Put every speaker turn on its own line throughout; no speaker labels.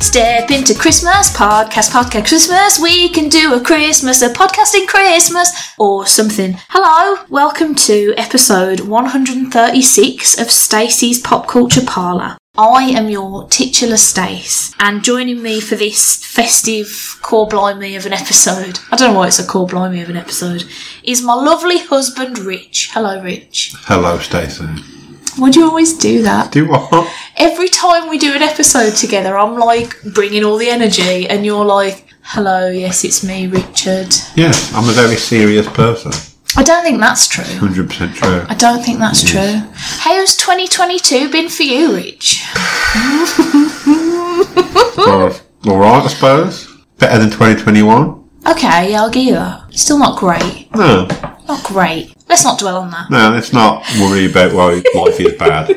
Step into Christmas, podcast, podcast Christmas. We can do a Christmas, a podcasting Christmas, or something. Hello, welcome to episode 136 of Stacey's Pop Culture Parlour. I am your titular Stace, and joining me for this festive core blimey of an episode, I don't know why it's a core blimey of an episode, is my lovely husband Rich. Hello, Rich.
Hello, Stacey.
Why do you always do that?
Do what?
every time we do an episode together, I'm like bringing all the energy, and you're like, hello, yes, it's me, Richard.
Yes, I'm a very serious person.
I don't think that's true.
100% true.
I don't think that's true. How's 2022 been for you, Rich?
Or- all right, I suppose. Better than 2021?
Okay, yeah, I'll give you that. Still not great.
No,
Not great. Let's not dwell on that.
no, let's not worry about why life is bad.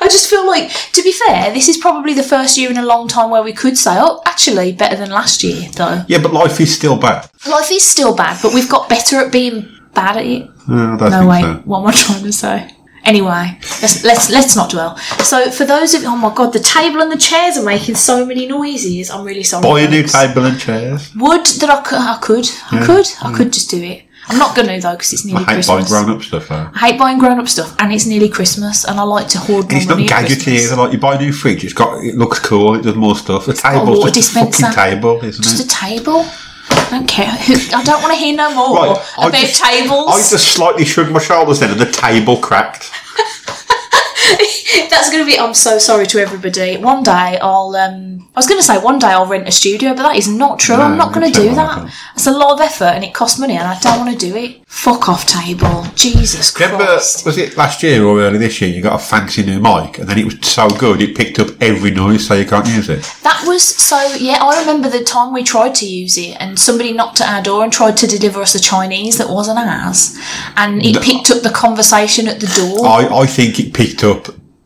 I just feel like, to be fair, this is probably the first year in a long time where we could say, oh, actually, better than last year, though.
Yeah, but life is still bad.
Life is still bad, but we've got better at being bad at it.
No, I don't
No
think
way.
so.
What am I trying to say? Anyway, let's, let's let's not dwell. So for those of oh my god, the table and the chairs are making so many noises. I'm really sorry.
Buy a new
folks.
table and chairs.
Would that I could, I could, I
Yeah.
could, I could just do it. I'm not gonna though because it's
I
nearly
hate
Christmas.
buying grown up stuff, though.
I hate buying grown up stuff, and it's nearly Christmas, and I like to hoard my
It's not
money. at
gadgety
Christmas.
either. Like, you buy a new fridge, it's got, it looks cool, it does more stuff. The
a
table's
water
just a fucking
dispenser.
table, isn't
Just
it?
a table. I don't care. Who- I don't want to hear no more
Right, I
about
just-
tables.
I just slightly shrugged my shoulders then and the table cracked.
That's going to be. I'm so sorry to everybody. One day I'll. Um, I was going to say one day I'll rent a studio, but that is not true. I'm not going to
it's not
do
gonna
that.
happen.
It's a lot of effort and it costs money, and I don't want to do it. Fuck off, table. Jesus
Remember,
Christ.
was it last year or early this year? You got a fancy new mic, and then it was so good it picked up every noise, so you can't use it.
That was so. Yeah, I remember the time we tried to use it, and somebody knocked at our door and tried to deliver us a Chinese that wasn't ours, and it picked up the conversation at the door.
I, I think it picked up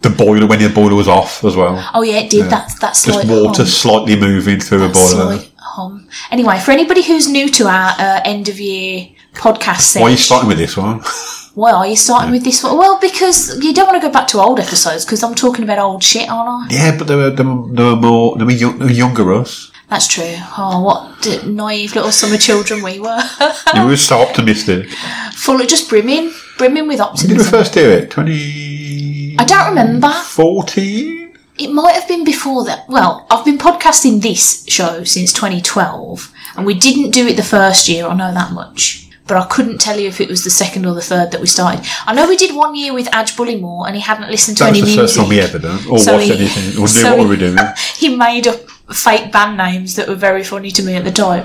the boiler when the boiler was off as well.
oh yeah, it did. That's that's
Just
like
water slightly moving through a boiler.
Slight hum. Anyway, for anybody who's new to our uh, end of year podcast
Why are you
series,
starting with this one?
why are you starting
Hmm.
with this one? Well, because you don't want to go back to old episodes because I'm talking about old shit, aren't I?
yeah, but there were, there were, there were more, there were, young, there were younger us.
That's true. Oh, what d- naive little summer children we were. Oh.
You were so optimistic.
Full of just brimming, brimming with
Did we
optimism.
first do it? 20.
I don't remember.
14?
It might have been before that. Well, I've been podcasting this show since 2012, and we didn't do it the first year, I know that much. But I couldn't tell you if it was the second or the third that we started. I know we did one year with Adge Bullymore, and he hadn't listened to
That was
any
the
music.
first time we ever done, or
So
watched
he-
anything, or knew
so
what
he-
we were doing.
he made up fake band names that were very funny to me at the time.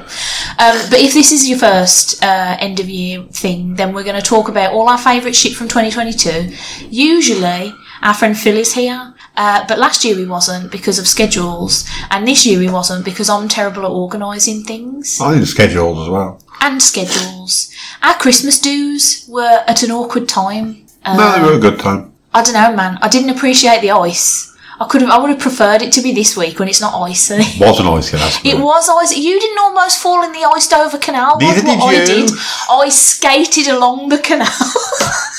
Um, but if this is your first uh, end of year thing, then we're going to talk about all our favourite shit from 2022. Usually, our friend Phil is here, uh, but last year he wasn't because of schedules, and this year he wasn't because I'm terrible at organising things
I think schedules as well.
and schedules. Our Christmas dues were at an awkward time.
No, they were a good time.
I don't know, man. I didn't appreciate the ice. I could have. I would have preferred it to be this week when it's not icy.
was an ice that's
It
right.
was ice. You didn't almost fall in the iced over canal.
Neither
That's what
did
I
you.
did. I skated along the canal.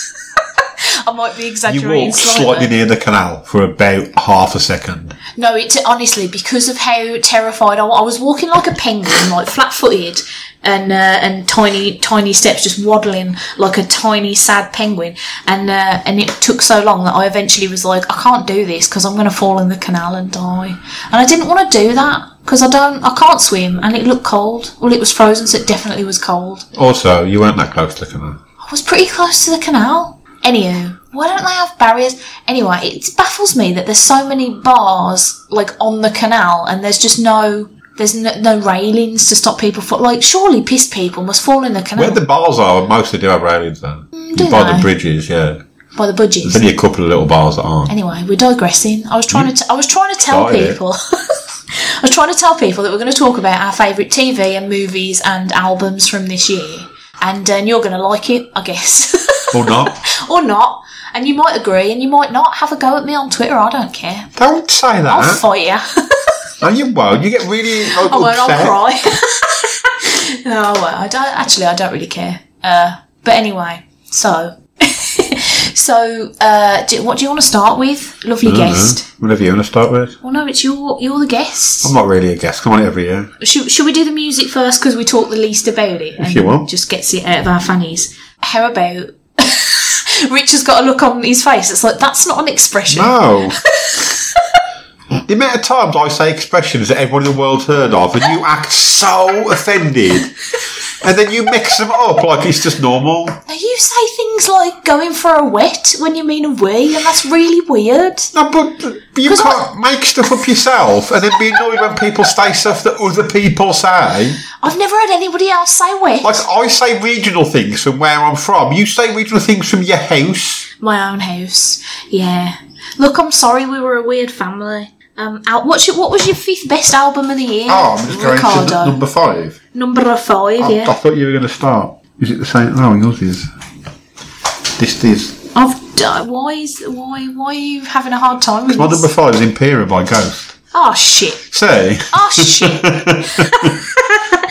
I might be
You
exaggerating
walked slightly
slightly.
near the canal for about half a second.
No, it's honestly because of how terrified I was. I was walking like a penguin, like flat-footed, and uh, and tiny tiny steps, just waddling like a tiny sad penguin. And uh, and it took so long that I eventually was like, I can't do this because I'm going to fall in the canal and die. And I didn't want to do that because I don't, I can't swim, and it looked cold. Well, it was frozen, so it definitely was cold.
Also, you weren't that close to the canal.
I was pretty close to the canal. Anywho, why don't they have barriers? Anyway, it baffles me that there's so many bars like on the canal and there's just no there's no, no railings to stop people from like surely pissed people must fall in the canal
Where the bars are, mostly do have railings though.
do
By
they?
the bridges, yeah.
by the budgies.
There's only a couple of little bars that aren't.
Anyway, we're digressing. I was trying to t- I was trying to tell
started it.
people. I was trying to tell people that we're going to talk about our favourite TV and movies and albums from this year, and um, you're going to like it, I guess.
Or not.
or not. And you might agree and you might not. Have a go at me on Twitter, I don't care.
Don't say
I'll
that.
fight you.
no, you won't. You get really like,
I won't, I'll
upset.
cry. no, I won't. I don't, actually, I don't really care. Uh, but anyway, so. So, uh, do, what do you want to start with, lovely
Mm-hmm.
guest?
Whatever you want to start with.
Well, no, it's your you're the guest.
I'm not really a guest. Come on, every year.
Should, should we do the music first because we talk the least about it? and
you want.
Just gets it out of our fannies. How about Rich has got a look on his face. It's like that's not an expression.
No. the amount of times I say expressions that everyone in the world's heard of, and you act so offended, and then you mix them up like it's just normal.
Now you say things like going for a wet when you mean a wee, and that's really weird.
No, but you can't make stuff up yourself, and then be annoyed when people say stuff that other people say.
I've never heard anybody else say wet.
Like I say regional things from where I'm from. You say regional things from your house.
My own house. Yeah. Look, I'm sorry we were a weird family. Um, Al- what's your, what was your fifth best album of the year?
Oh, I'm just going
Ricardo.
to Oh, n- number five.
Number five,
I- I
yeah.
thought you were going to start. Is it the same? No, yours is. This is.
I've d- why is why why are you having a hard time with
My
this?
number five is Imperial by Ghost.
Oh shit!
See?
Oh shit!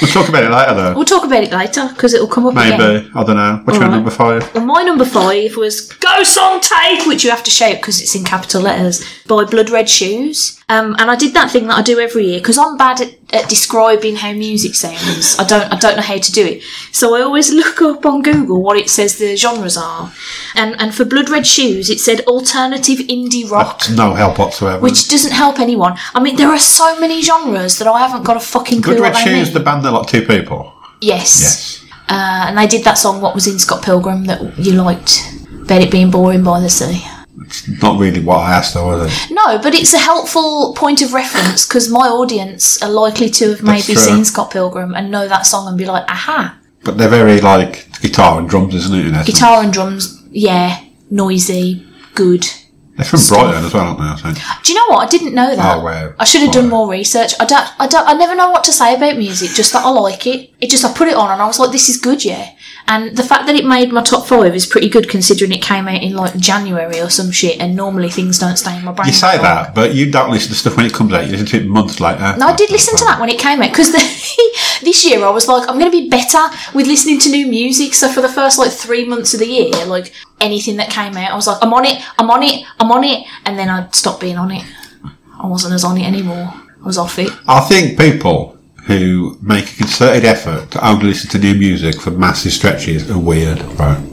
We'll talk about it later though.
we'll talk about it later because it'll come up again.
Maybe. I don't know. What's your
Alright.
number five?
Well, my number five was "Ghost on Tape," which you have to shout because it's in capital letters by Blood Red Shoes. Um, and I did that thing that I do every year because I'm bad at, at describing how music sounds. I don't I don't know how to do it, so I always look up on Google what it says the genres are. And and for Blood Red Shoes, it said alternative indie rock.
No help whatsoever.
which doesn't help anyone. I mean, there are so many genres that I haven't got a fucking clue
Good Red
what they
Shoes,
mean.
the band that like two people.
yes,
Yes.
Uh, and they did that song. What was in Scott Pilgrim that you liked? About it being boring by the sea.
Not really what I asked though, was it?
No, but it's a helpful point of reference because my audience are likely to have
That's
maybe
true.
seen Scott Pilgrim and know that song and be like, aha,
But they're very like guitar and drums, isn't it? in essence?
guitar and drums, yeah, noisy, good.
They're from Brighton as well, aren't they? I think.
Do you know what? I didn't know that.
Oh, wow.
I should have done
Right.
more research. I don't, I don't, I never know what to say about music, just that I like it. It just, I put it on and I was like, this is good, yeah. And the fact that it made my top five is pretty good considering it came out in like January or some shit and normally things don't stay in my brain.
You say
long.
that, but you don't listen to stuff when it comes out. You listen to it months later.
No, I did listen to that when it came out because this year I was like, I'm going to be better with listening to new music. So for the first like three months of the year, like anything that came out, I was like, I'm on it, I'm on it, I'm on it, and then I stopped being on it. I wasn't as on it anymore. I was off it.
I think people who make a concerted effort to only listen to new music for massive stretches are weird, right?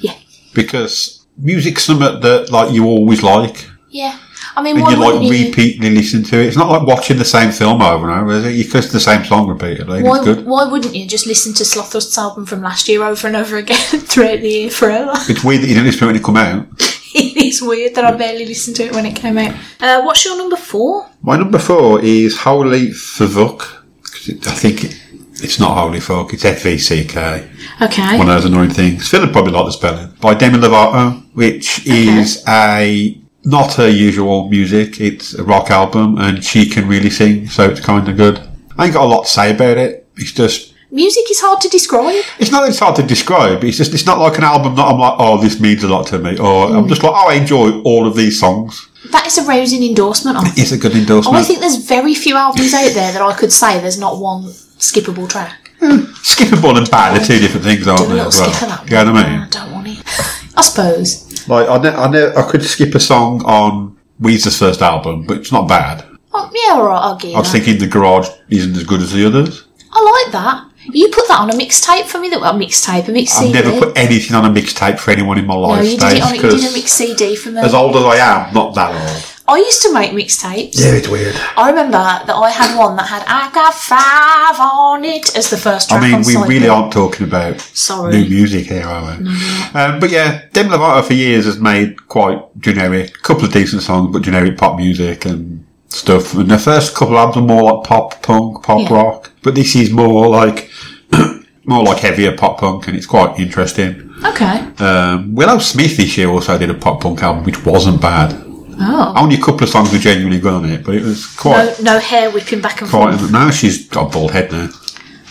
Yeah,
Because music's something that like you always like,
yeah. I mean,
and
why
you
wouldn't
like
you?
repeatedly listen to it. It's not like watching the same film over and over, is it? You listen to the same song repeatedly. and
why,
It's good.
why wouldn't you just listen to Slothrust's album from last year over and over again throughout the year forever?
It's weird that you didn't listen to it when it come out.
it is weird that I barely listened to it when it came out. Uh, what's your number four?
My number four is Holy Favuk. 'Cause it- I think it, it's not Holy Fuck, it's F-V-C-K.
Okay.
one of those annoying things. Phil would probably like the spelling by Demi Lovato, which is a not her usual music. It's a rock album, and she can really sing, so it's kind of good. I ain't got a lot to say about it. It's just
Music is hard to describe.
it's not that it's hard to describe. It's just it's not like an album that I'm like, oh, this means a lot to me, or I'm just like, oh, I enjoy all of these songs.
That is a rousing endorsement of.
It's a good
I
endorsement.
think there's very few albums out there that I could say there's not one skippable track.
Skippable and bad are two different things,
Do
aren't
a
they?
little
As well,
skip of that.
you know what I mean?
No, I don't want it. I suppose.
Like I, ne- I, ne- I could skip a song on Weezer's first album, but it's not bad.
Oh, yeah, all right, I'll give you
I was
that.
thinking the garage isn't as good as the others.
I like that. You put that on a mixtape for me. That well, mixtape, a mix CD.
I've never put anything on a mixtape for anyone in my
no,
life.
Oh, you did it
Dave,
on it. You
'cause
did a mix CD for me.
as old as I am, not that old.
I used to make mixtapes.
Yeah, it's weird.
I remember that I had one that had "I Got Five on It" as the first
I
track.
mean,
on
we
Cycle.
really aren't talking about
Sorry.
new music here, are we?
Mm-hmm.
Um, but yeah, Demi Lovato for years has made quite generic, couple of decent songs, but generic pop music and stuff. And the first couple of albums are more like pop punk, pop
Yeah.
rock, but this is more like more like heavier pop punk, and it's quite interesting.
Okay.
Um, Willow Smith this year also did a pop punk album, which wasn't bad.
Oh.
Only a couple of songs were genuinely good on it, but it was quite.
No, no hair whipping back and forth.
quite now she's got a bald head now.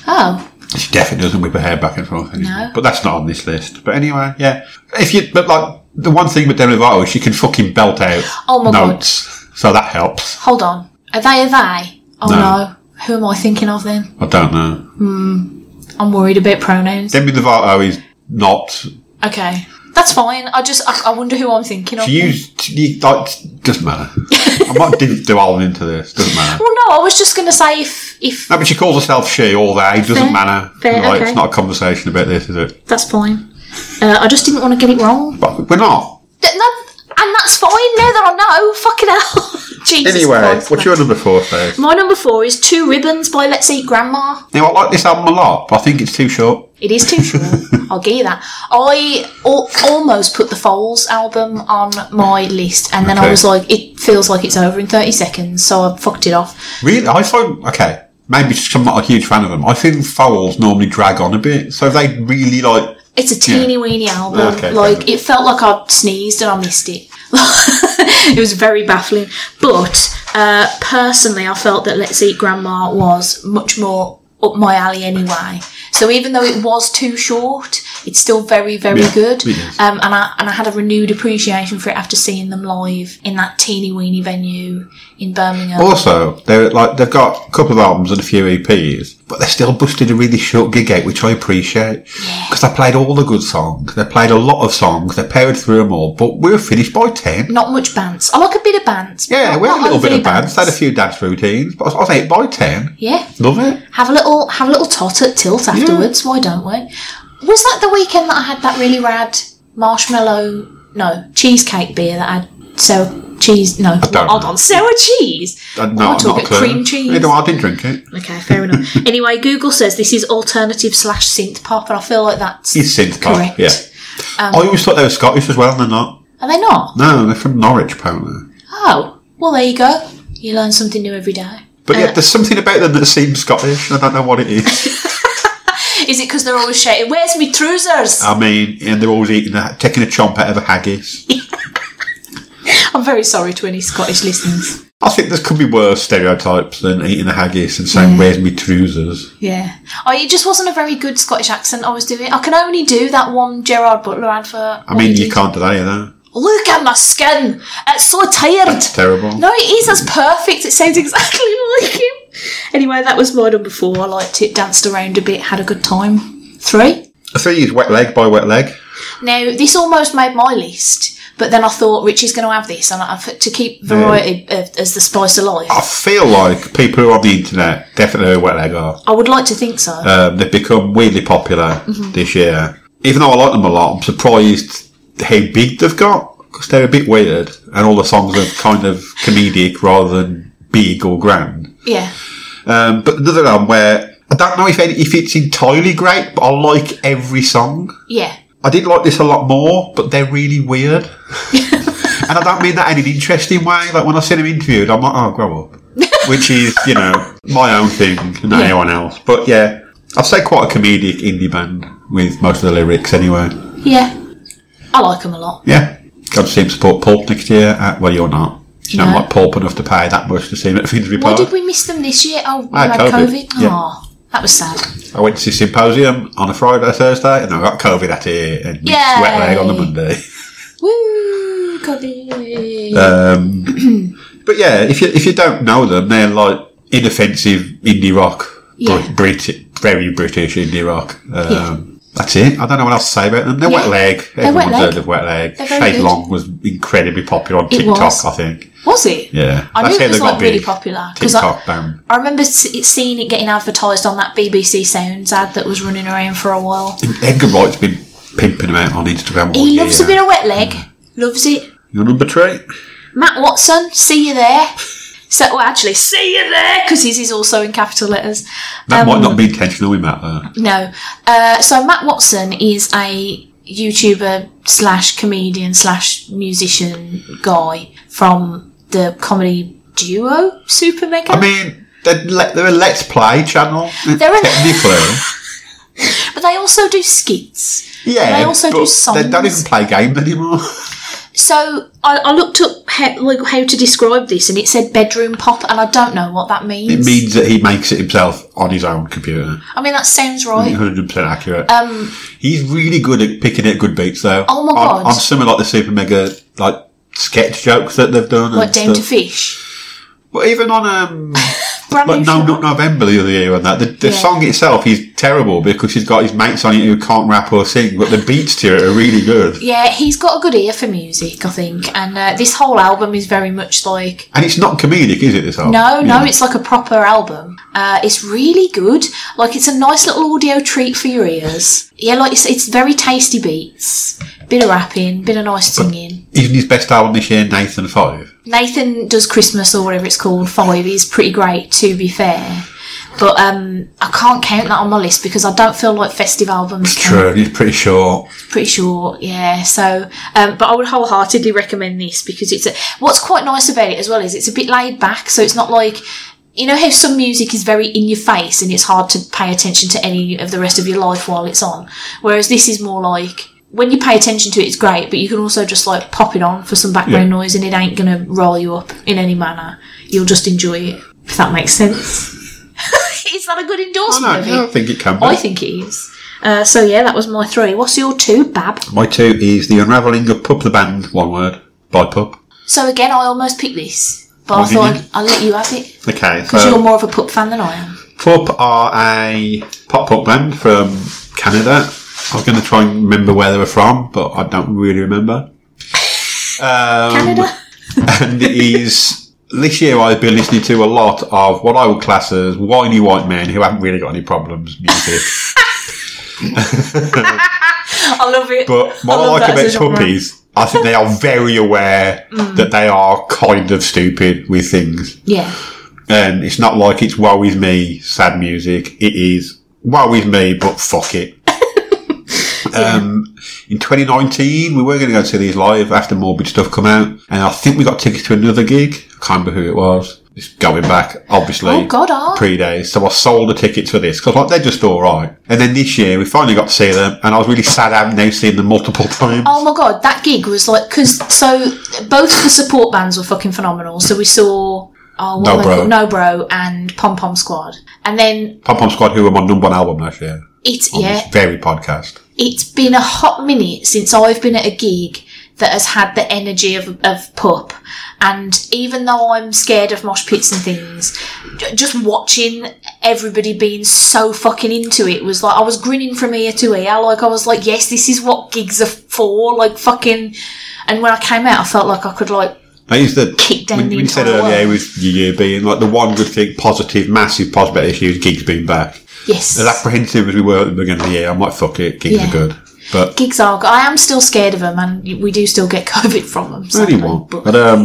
Oh.
She definitely doesn't whip her hair back and forth anymore.
No.
But that's not on this list. But anyway, yeah. If you, but like the one thing with Demi Lovato is she can fucking belt out
Oh my God.
notes, so that helps.
Hold on. Are they? Are they? Oh
No.
no. Who am I thinking of then?
I don't know.
I'm worried about pronouns.
Demi Lovato is not
Okay. That's fine. I just, I, I wonder who I'm thinking of.
She used, she, like, doesn't matter. I might div- delve into this, doesn't matter.
well, no, I was just going to say if, if
No, but she calls herself she or they, doesn't
Fair.
matter.
Fair,
Like,
okay.
It's not a conversation about this, is it?
that's fine. Uh, I just didn't want to get it wrong.
But we're not.
Th- no, and that's fine. Now that I know, fucking hell. Jesus
Anyway,
Christ,
what's
man.
your number four, Steve?
My number four is Two Ribbons by Let's Eat Grandma.
Now, I like this album a lot, but I think it's too short.
It is too short. I'll give you that. I al- almost put the Foles album on my list, and then I
Okay.
was like, it feels like it's over in 30 seconds, so I fucked it off.
Really? I find, okay, maybe just 'cause I'm not a huge fan of them. I think Fowls normally drag on a bit, so they really, like,
It's a teeny weeny album.
Okay,
like,
fair.
it felt like I sneezed and I missed it. it was very baffling. But uh, personally, I felt that Let's Eat Grandma was much more up my alley anyway. So even though it was too short, it's still very, very
Yeah,
good.
it is.
Um, and I and I had a renewed appreciation for it after seeing them live in that teeny weeny venue in Birmingham.
Also, they're like they've got a couple of albums and a few EPs, but they still busted a really short gig out, which I appreciate because they played all the good songs. They played a lot of songs. They powered through them all, but we were finished by ten.
Not much bants. I like a bit of bants. but
Yeah,
not-
we had a
not
little bit
overly
of bands. They had a few dance routines, but I was eight by ten.
Yeah,
Love it.
have a little have a little tot at tilt afterwards. Why don't we? Was that the weekend that I had that really rad marshmallow? No, cheesecake beer that I had sour cheese. No,
don't
hold
know.
on, sour cheese.
Uh,
I'm
No, I'm not
talking
a clue.
cream cheese.
Neither- I didn't drink it.
Okay, fair enough. anyway, Google says this is alternative slash synth pop, and I feel like that's
It's synth pop.
correct. Um,
Yeah. I always thought they were Scottish as well, and they're not.
Are they not?
No, they're from Norwich, apparently.
Oh, well, there you go. You learn something new every day.
But yeah, there's something about them that seems Scottish. and I don't know what it is.
Is it because they're always shouting, Where's me trousers?
I mean, and they're always eating, a, taking a chomp out of a haggis.
I'm very sorry to any Scottish listeners.
I think there could be worse stereotypes than eating a haggis and saying, where's me trousers?
Yeah. Oh, it just wasn't a very good Scottish accent I was doing. I can only do that one Gerard Butler advert.
I mean, you can't do that either.
Look at my skin. It's so tired.
That's terrible.
No, it is. That's perfect. It sounds exactly like him. Anyway, that was my number four. I liked it. Danced around a bit. Had a good time. Three.
Three is wet leg by wet leg.
Now, this almost made my list, but then I thought Richie's going to have this, and I, to keep variety uh, as the spice of life.
I feel like people who are on the internet definitely know who wet leg are.
I would like to think so.
Um, they've become weirdly popular this year. Even though I like them a lot, I'm surprised how big they've got because they're a bit weird and all the songs are kind of comedic rather than big or grand.
yeah,
Um, but another album where I don't know if, any, if it's entirely great, but I like every song.
yeah.
I did like this a lot more, but they're really weird. and I don't mean that in an interesting way. Like when I see them interviewed, I'm like, oh, grow up. Which is, you know, my own thing, not
Yeah.
anyone else. But yeah, I'd say quite a comedic indie band with most of the lyrics anyway.
Yeah. I like them a lot.
Yeah. Got to see them support Pulp next year. Uh, well, you're not. You don't
No.
like Pulp enough to pay that much to see them at Finsbury
Why
Park.
did we miss them this year? Oh, we
Ah,
had COVID.
COVID. Yeah.
Oh, that was sad.
I went to see Symposium on a Friday, Thursday, and I got COVID at it and
Yay.
wet leg on the Monday.
Woo, COVID.
Um, but yeah, if you if you don't know them, they're like inoffensive indie rock,
Yeah.
Brit, Brit- very British indie rock. Um, That's it. I don't know what else to say about them. They're
Yeah.
wet leg.
They're Wet
Everyone's
Leg.
heard of wet leg.
They're very
Shade
good.
Long was incredibly popular on
It
TikTok,
was.
I think.
was it?
Yeah,
I knew
That's how
it was
they got
like really
big.
popular because I,
TikTok um, band.
I remember se- seeing it getting advertised on that BBC Sounds ad that was running around for a while.
Edgar Wright's been pimping them out on Instagram all
He
year.
loves a bit of wet leg.
Mm.
Loves it.
Your number three.
Matt Watson, see you there. So, well, actually, see you there because his is also in capital letters.
That
Um,
might not be intentional, we met there.
No. Uh, so Matt Watson is a YouTuber slash comedian slash musician guy from the comedy duo Super Mega.
I mean, they're, le- they're a Let's Play channel,
They're a-
technically.
but they also do skits.
yeah,
They also do
but
songs.
They don't even play games anymore.
So I, I looked up how, like, how to describe this, and it said bedroom pop, and I don't know what that means.
It means that he makes it himself on his own computer.
I mean, that sounds right.
100% accurate. Um, He's really good at picking out good beats, though.
Oh my
On-
God.
On some of like the super mega like sketch jokes that they've done.
Like
and
down to
stuff.
fish.
But even on um,
Brand
like
new
No
song.
Nut November the other year and that, the, the
Yeah.
song itself is terrible because he's got his mates on it who can't rap or sing, but the beats to it are really good.
Yeah, he's got a good ear for music, I think, and uh, this whole album is very much like
And it's not comedic, is it? This album?
No, no,
Yeah.
it's like a proper album. Uh, it's really good. Like it's a nice little audio treat for your ears. Yeah, like it's, it's very tasty beats. Bit of rapping, bit of nice singing.
even his best album this year, Nathan Five.
Nathan does Christmas or whatever it's called. Five is pretty great, to be fair. But um, I can't count that on my list because I don't feel like festive albums. count.
True, he's pretty short.
pretty sure yeah so um, but i would wholeheartedly recommend this because it's a, what's quite nice about it as well is it's a bit laid back so it's not like you know how some music is very in your face and it's hard to pay attention to any of the rest of your life while it's on whereas this is more like when you pay attention to it it's great but you can also just like pop it on for some background
Yeah.
noise and it ain't gonna roll you up in any manner you'll just enjoy it if that makes sense is that a good
Oh,
endorsement
no,
of
yeah, I
it
think it can be.
i think it is uh, so yeah that was my three what's your two bab
My two is The Unravelling of Pup the Band, one word, by Pup.
So again, I almost picked this, but
What
I
did
thought
you- Uh,
I'd, I'd let you have it
Okay,
because you're
so
more of a pup fan than I am.
um, Pup are a pop punk band from Canada. I was going to try and remember where they were from, but I don't really remember.
Canada.
and it is this year I've been listening to a lot of what I would class as whiny white men who haven't really got any problems music.
I love it.
But what I,
love
like
that
about
as a genre. Mm.
puppies, I think they are very aware that they are kind of stupid with things.
Yeah,
And it's not like it's woe is me, sad music. It is woe is me, but fuck it. um, in 2019, we were going to go and see these live after Morbid stuff come out. And I think we got tickets to another gig. I can't remember who it was. It's going back, obviously.
Oh, God, Art.
Pre days. So I sold the tickets for this because like, they're just alright. And then this year, we finally got to see them. And I was really sad I haven't now seen them multiple times.
Oh my god, that gig was like because so both the support bands were fucking phenomenal. So we saw oh, what
No
were they
Bro.
called? No Bro and Pom Pom Squad, and then
Pom Pom Squad, who were my number one album last year.
it's
On
yeah,
This very podcast.
it's been a hot minute since I've been at a gig that has had the energy of, of pup. And even though I'm scared of mosh pits and things, j- just watching everybody being so fucking into it was like, I was grinning from ear to ear. Like, I was like, yes, this is what gigs are for. Like, fucking. And when I came out, I felt like I could, like,
That is the
Kick down
when,
the
when you said
entire
earlier
world.
with your year being like the one good thing, positive, massive positive issue is gigs being back.
yes.
As apprehensive as we were at the beginning of the year, I'm like, fuck it, gigs
Yeah.
are good. But
Gigs are. I am still scared of them, and we do still get COVID from them. So
really won't. But um,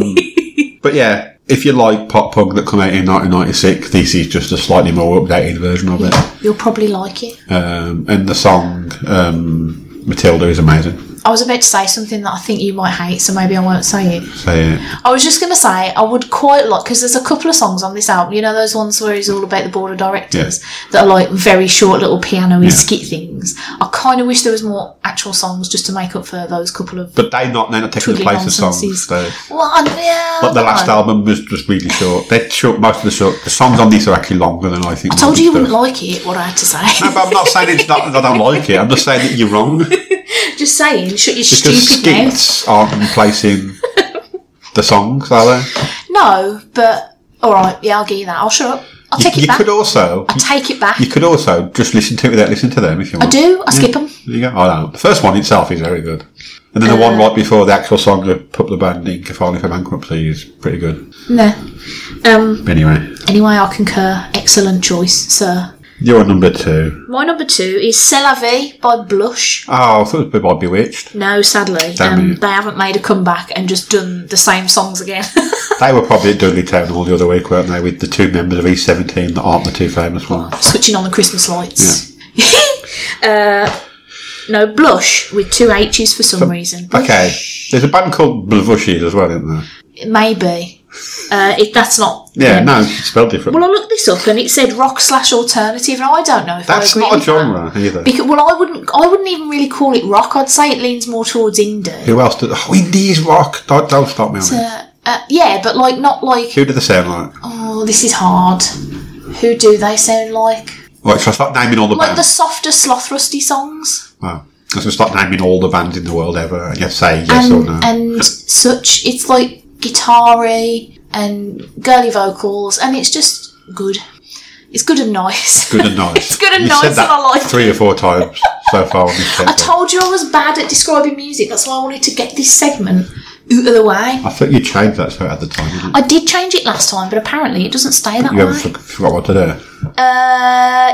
but yeah, if you like pop punk that come out in 1996, this is just a slightly more updated version of it.
You'll probably like it.
Um, and the song um, Matilda is amazing.
I was about to say something that I think you might hate, so maybe I won't say it.
So yeah,
I was just going to say, I would quite like, because there's a couple of songs on this album, you know, those ones where he's all about the board of directors that are like very short little piano y skit things. I kind of wish there was more actual songs just to make up for those couple of.
but they not they're not taking the
Twiddly
place of songs.
nonsenses.
So.
well, I, yeah,
But the
I don't
last
know.
album was just really short. They're short, most of the short. The songs on these are actually longer than I think. I
told you you wouldn't like it, what I had to say.
No, but I'm not saying it's not that I don't like it. I'm just saying that you're wrong
just saying, shut your
because
stupid mouth.
skits aren't replacing the songs, are they?
No, but, alright, yeah, I'll give you that. I'll shut up. I'll take
You,
it
you
back.
could also
I'll take it back.
you could also just listen to it without listening to them if you
I
want.
do, I skip 'em. skip them.
There you go. I know. The first one itself is very good. And then the one
Uh,
right before the actual song of Put the Band in Filing for Bankruptcy is pretty good.
No. Um,
But anyway,
Anyway, I concur. Excellent choice, sir.
you're number two.
My number two is C'est la vie by Blush.
Oh, I thought it was by Bewitched.
No, sadly,
Damn
um,
it.
they haven't made a comeback and just done the same songs again.
They were probably at Dudley Town all the other week, weren't they, with the two members of E17 that aren't the two famous ones.
Switching on the Christmas lights. uh, no, Blush with two H's for some reason. Blush.
Okay, there's a band called Blavushies as well, isn't there?
Maybe. Uh, if that's not.
Yeah, no, it's spelled different.
Well, I looked this up and it said rock slash alternative, and I don't know if I
That's
agree
not a
with that.
genre either.
Because, well, I wouldn't. I wouldn't even really call it rock. I'd say it leans more towards indie.
Who else did? Oh, Indies rock. Don't, don't stop me on it.
Uh, uh, yeah, but like not like
Who do they sound like?
Oh, this is hard. Who do they sound like?
Right, so I start naming all the
Like the
bands.
softer Sloth Rusty songs
Wow. So I start naming all the bands in the world ever, and you say yes
and,
or no.
and such. It's like guitar y, and girly vocals, and it's just good. It's good and nice.
Good and nice.
It's good and
You
nice
said
and
that
I like it.
Three or four times so far on this
I
episode.
told you I was bad at describing music. That's why I wanted to get this segment out of the way.
I thought you changed that so at the time, didn't you?
I did change it last time, but apparently it doesn't stay that
You haven't
way.
for- forgot what to do.
Uh,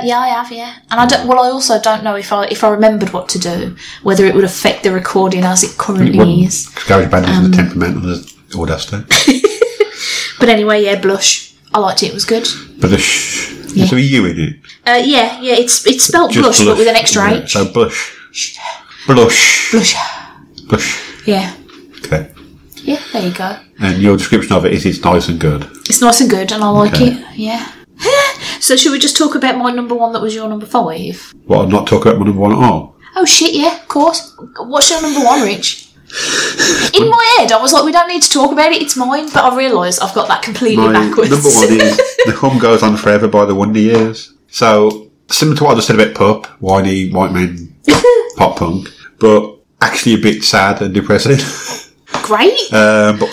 yeah, I have. Yeah, and I don't. Well, I also don't know if I if I remembered what to do, whether it would affect the recording as it currently is.
Because GarageBand
Um,
isn't the temperament of the Audacity.
But anyway, yeah, blush. I liked it. It was good.
But the sh... Is there a U in it?
Uh, yeah, yeah. It's it's spelled
Just
blush, but with an extra
Yeah,
H.
So blush. Blush.
Blush.
Blush.
Yeah,
Okay.
yeah. There you go.
And your description of it is it's nice and good.
It's nice and good, and I like
Okay.
it. Yeah. so should we just talk about my number one that was your number five?
Well, I'm not talking about my number one at all.
Oh shit! Yeah, of course. What's your number one, Rich? In my head, I was like, we don't need to talk about it. It's mine. But I realised I've got that completely
My
backwards.
number one is The Hum Goes On Forever by the Wonder Years. So, similar to what I just said about pop, whiny white men pop punk, but actually a bit sad and depressing.
Great.
Um, but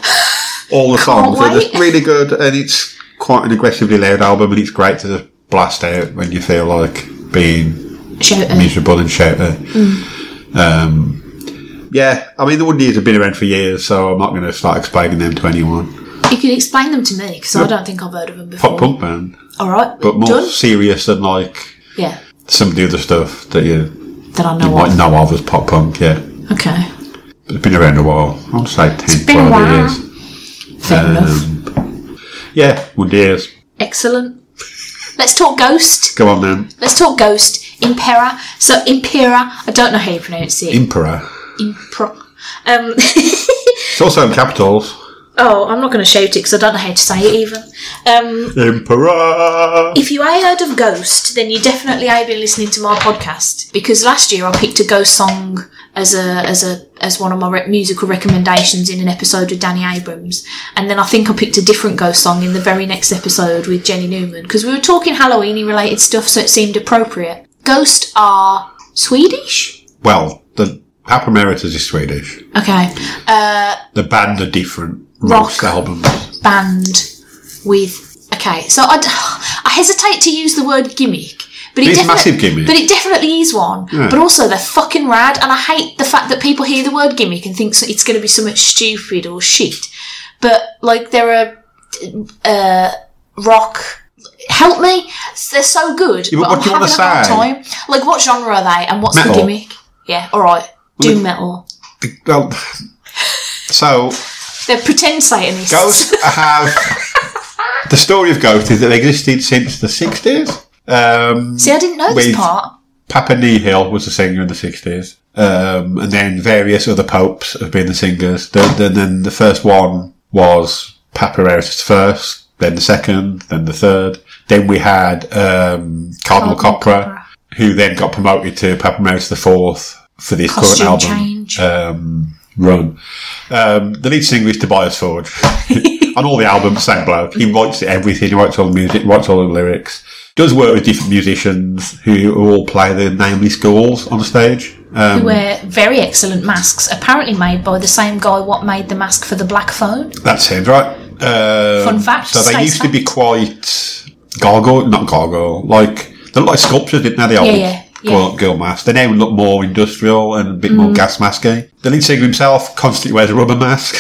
all the songs are just
wait.
really good and it's quite an aggressively loud album and it's great to just blast out when you feel like being
Shouting.
miserable and shouter.
Mm.
Um, yeah, I mean, the Wooden Years have been around for years, so I'm not going to start explaining them to anyone.
You could explain them to me because I don't think I've heard of them before.
Pop punk band,
All right,
but more
done.
serious than like
Yeah,
some of the other stuff that you
that I know
might
of.
know of as pop punk, yeah.
Okay,
But it's been around a while. I'll say 10,
been a
12
while.
years.
fair
Um,
enough.
Yeah, Wooden Years.
Excellent. Let's talk ghost.
Go on then.
Let's talk ghost. Impera. So Impera. I don't know how you pronounce it.
Emperor.
Impro. Um.
It's also in capitals.
oh, I'm not going to shout it because I don't know how to say it even. Um.
Emperor!
If you ain't heard of Ghost, then you definitely ain't been listening to my podcast because last year I picked a Ghost song as a as a as one of my re- musical recommendations in an episode with Danny Abrams, and then I think I picked a different Ghost song in the very next episode with Jenny Newman because we were talking Halloweeny related stuff, so it seemed appropriate. Ghost are Swedish.
Well, the Papa Emeritus is Swedish.
Okay,
The band are different.
Rock.
Most albums.
band with okay. So I, d- I hesitate to use the word gimmick, but it
It's
definite-
massive gimmick.
But it definitely is one. But also they're fucking rad, and I hate the fact that people hear the word gimmick and thinks that it's going to be something stupid or shit. But like they're a uh, rock. Help me! They're so good, but,
but what
I'm
do you
having
wanna
a hard
say?
time. Like, what genre are they, and what's
Metal.
the gimmick? Yeah, all right, doom
it-
metal.
Well, so
They're pretend Satanists.
ghosts have the story of ghosts is that they existed since the sixties. Um,
See, I didn't know this
Wait.
part.
Papa Nihil was the singer in the sixties, um, and then various other popes have been the singers. The, the, then the first one was Papa Emeritus first, then the second, then the third. Then we had um,
Cardinal
Cardinal, Copra,
Copra.
who then got promoted to Papa Emeritus the fourth for this
Costume
current album.
change.
um, run. Um, the lead singer is Tobias Forge. On all the albums, same bloke. He writes everything. He writes all the music. Writes all the lyrics. Does work with different musicians who all play the namely schools on stage. Um,
who wear very excellent masks, apparently made by the same guy what made the mask for the black phone.
that's it, right? Um,
Fun fact,
So they
space
used to
fact.
be quite gargoyle, not gargoyle, like they look like sculptures, didn't they? The old
yeah, yeah.
Girl, girl masks. They now look more industrial and a bit
Mm.
more gas masky. The lead singer himself constantly wears a rubber mask.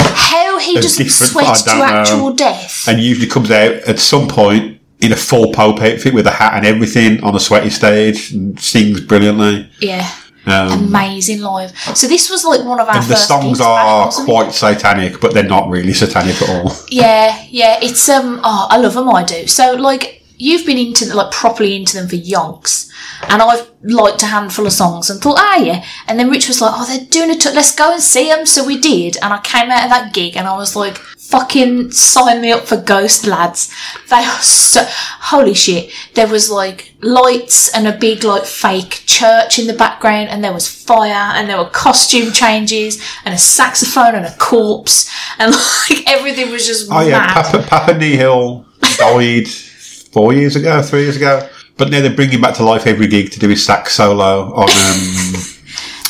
How he doesn't
different-
sweat
I
to
don't know.
actual death.
and usually comes out at some point in a full Pope outfit with a hat and everything on a sweaty stage and sings brilliantly.
Yeah.
Um,
Amazing live. So this was like one of our
and
first
the
gigs
songs
back,
are
wasn't it?
quite satanic, but they're not really satanic at all.
Yeah, yeah. It's um. Oh, I love them. I do. So like, you've been into like properly into them for yonks, and I've liked a handful of songs and thought, ah, yeah. And then Rich was like, oh, they're doing a tour. Let's go and see them. So we did, and I came out of that gig and I was like, fucking sign me up for Ghost lads. They are so holy shit. There was like lights and a big like fake church in the background, and there was fire, and there were costume changes, and a saxophone and a corpse, and like everything was just
Oh
mad.
yeah, Papa, Papa Nihil died four years ago, three years ago. But now they bring him back to life every gig to do his sax solo on. Um,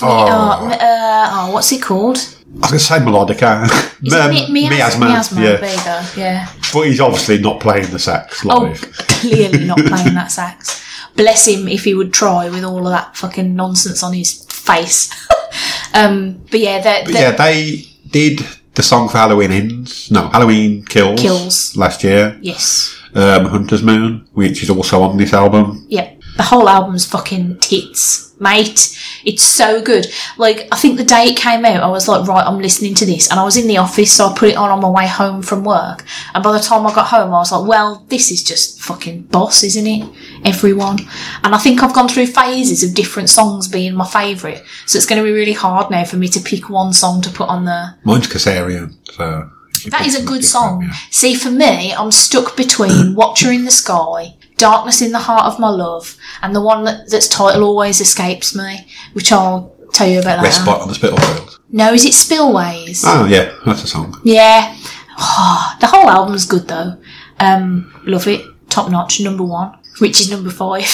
Uh, uh, oh, what's it called?
I was going to say melodica.
Is
Um,
it mi- miasma? Miasma,
yeah.
there you go, yeah.
But he's obviously not playing the sax
Oh,
live.
clearly not playing that sax. Bless him if he would try with all of that fucking nonsense on his face. um, but yeah, they're,
But yeah, they did the song for Halloween Ends. No, Halloween Kills.
Kills.
Last year.
yes,
Um, Hunter's Moon, which is also on this album.
yeah. The whole album's fucking tits, mate. It's so good. Like, I think the day it came out, I was like, right, I'm listening to this. And I was in the office, so I put it on on my way home from work. And by the time I got home, I was like, well, this is just fucking boss, isn't it? Everyone. And I think I've gone through phases of different songs being my favourite. So it's going to be really hard now for me to pick one song to put on there.
Mine's Kassarian, so. if you
That
pick
is a
something
good
different,
song.
yeah.
See, for me, I'm stuck between Watcher in the Sky, Darkness in the Heart of My Love, and the one that, that's title always escapes me, which I'll tell you about later.
Respite on the Spitalfields.
No, is it Spillways?
Oh, yeah, that's a song.
Yeah. Ah, the whole album's good though. Um, love it. Top notch, number one, which is number five.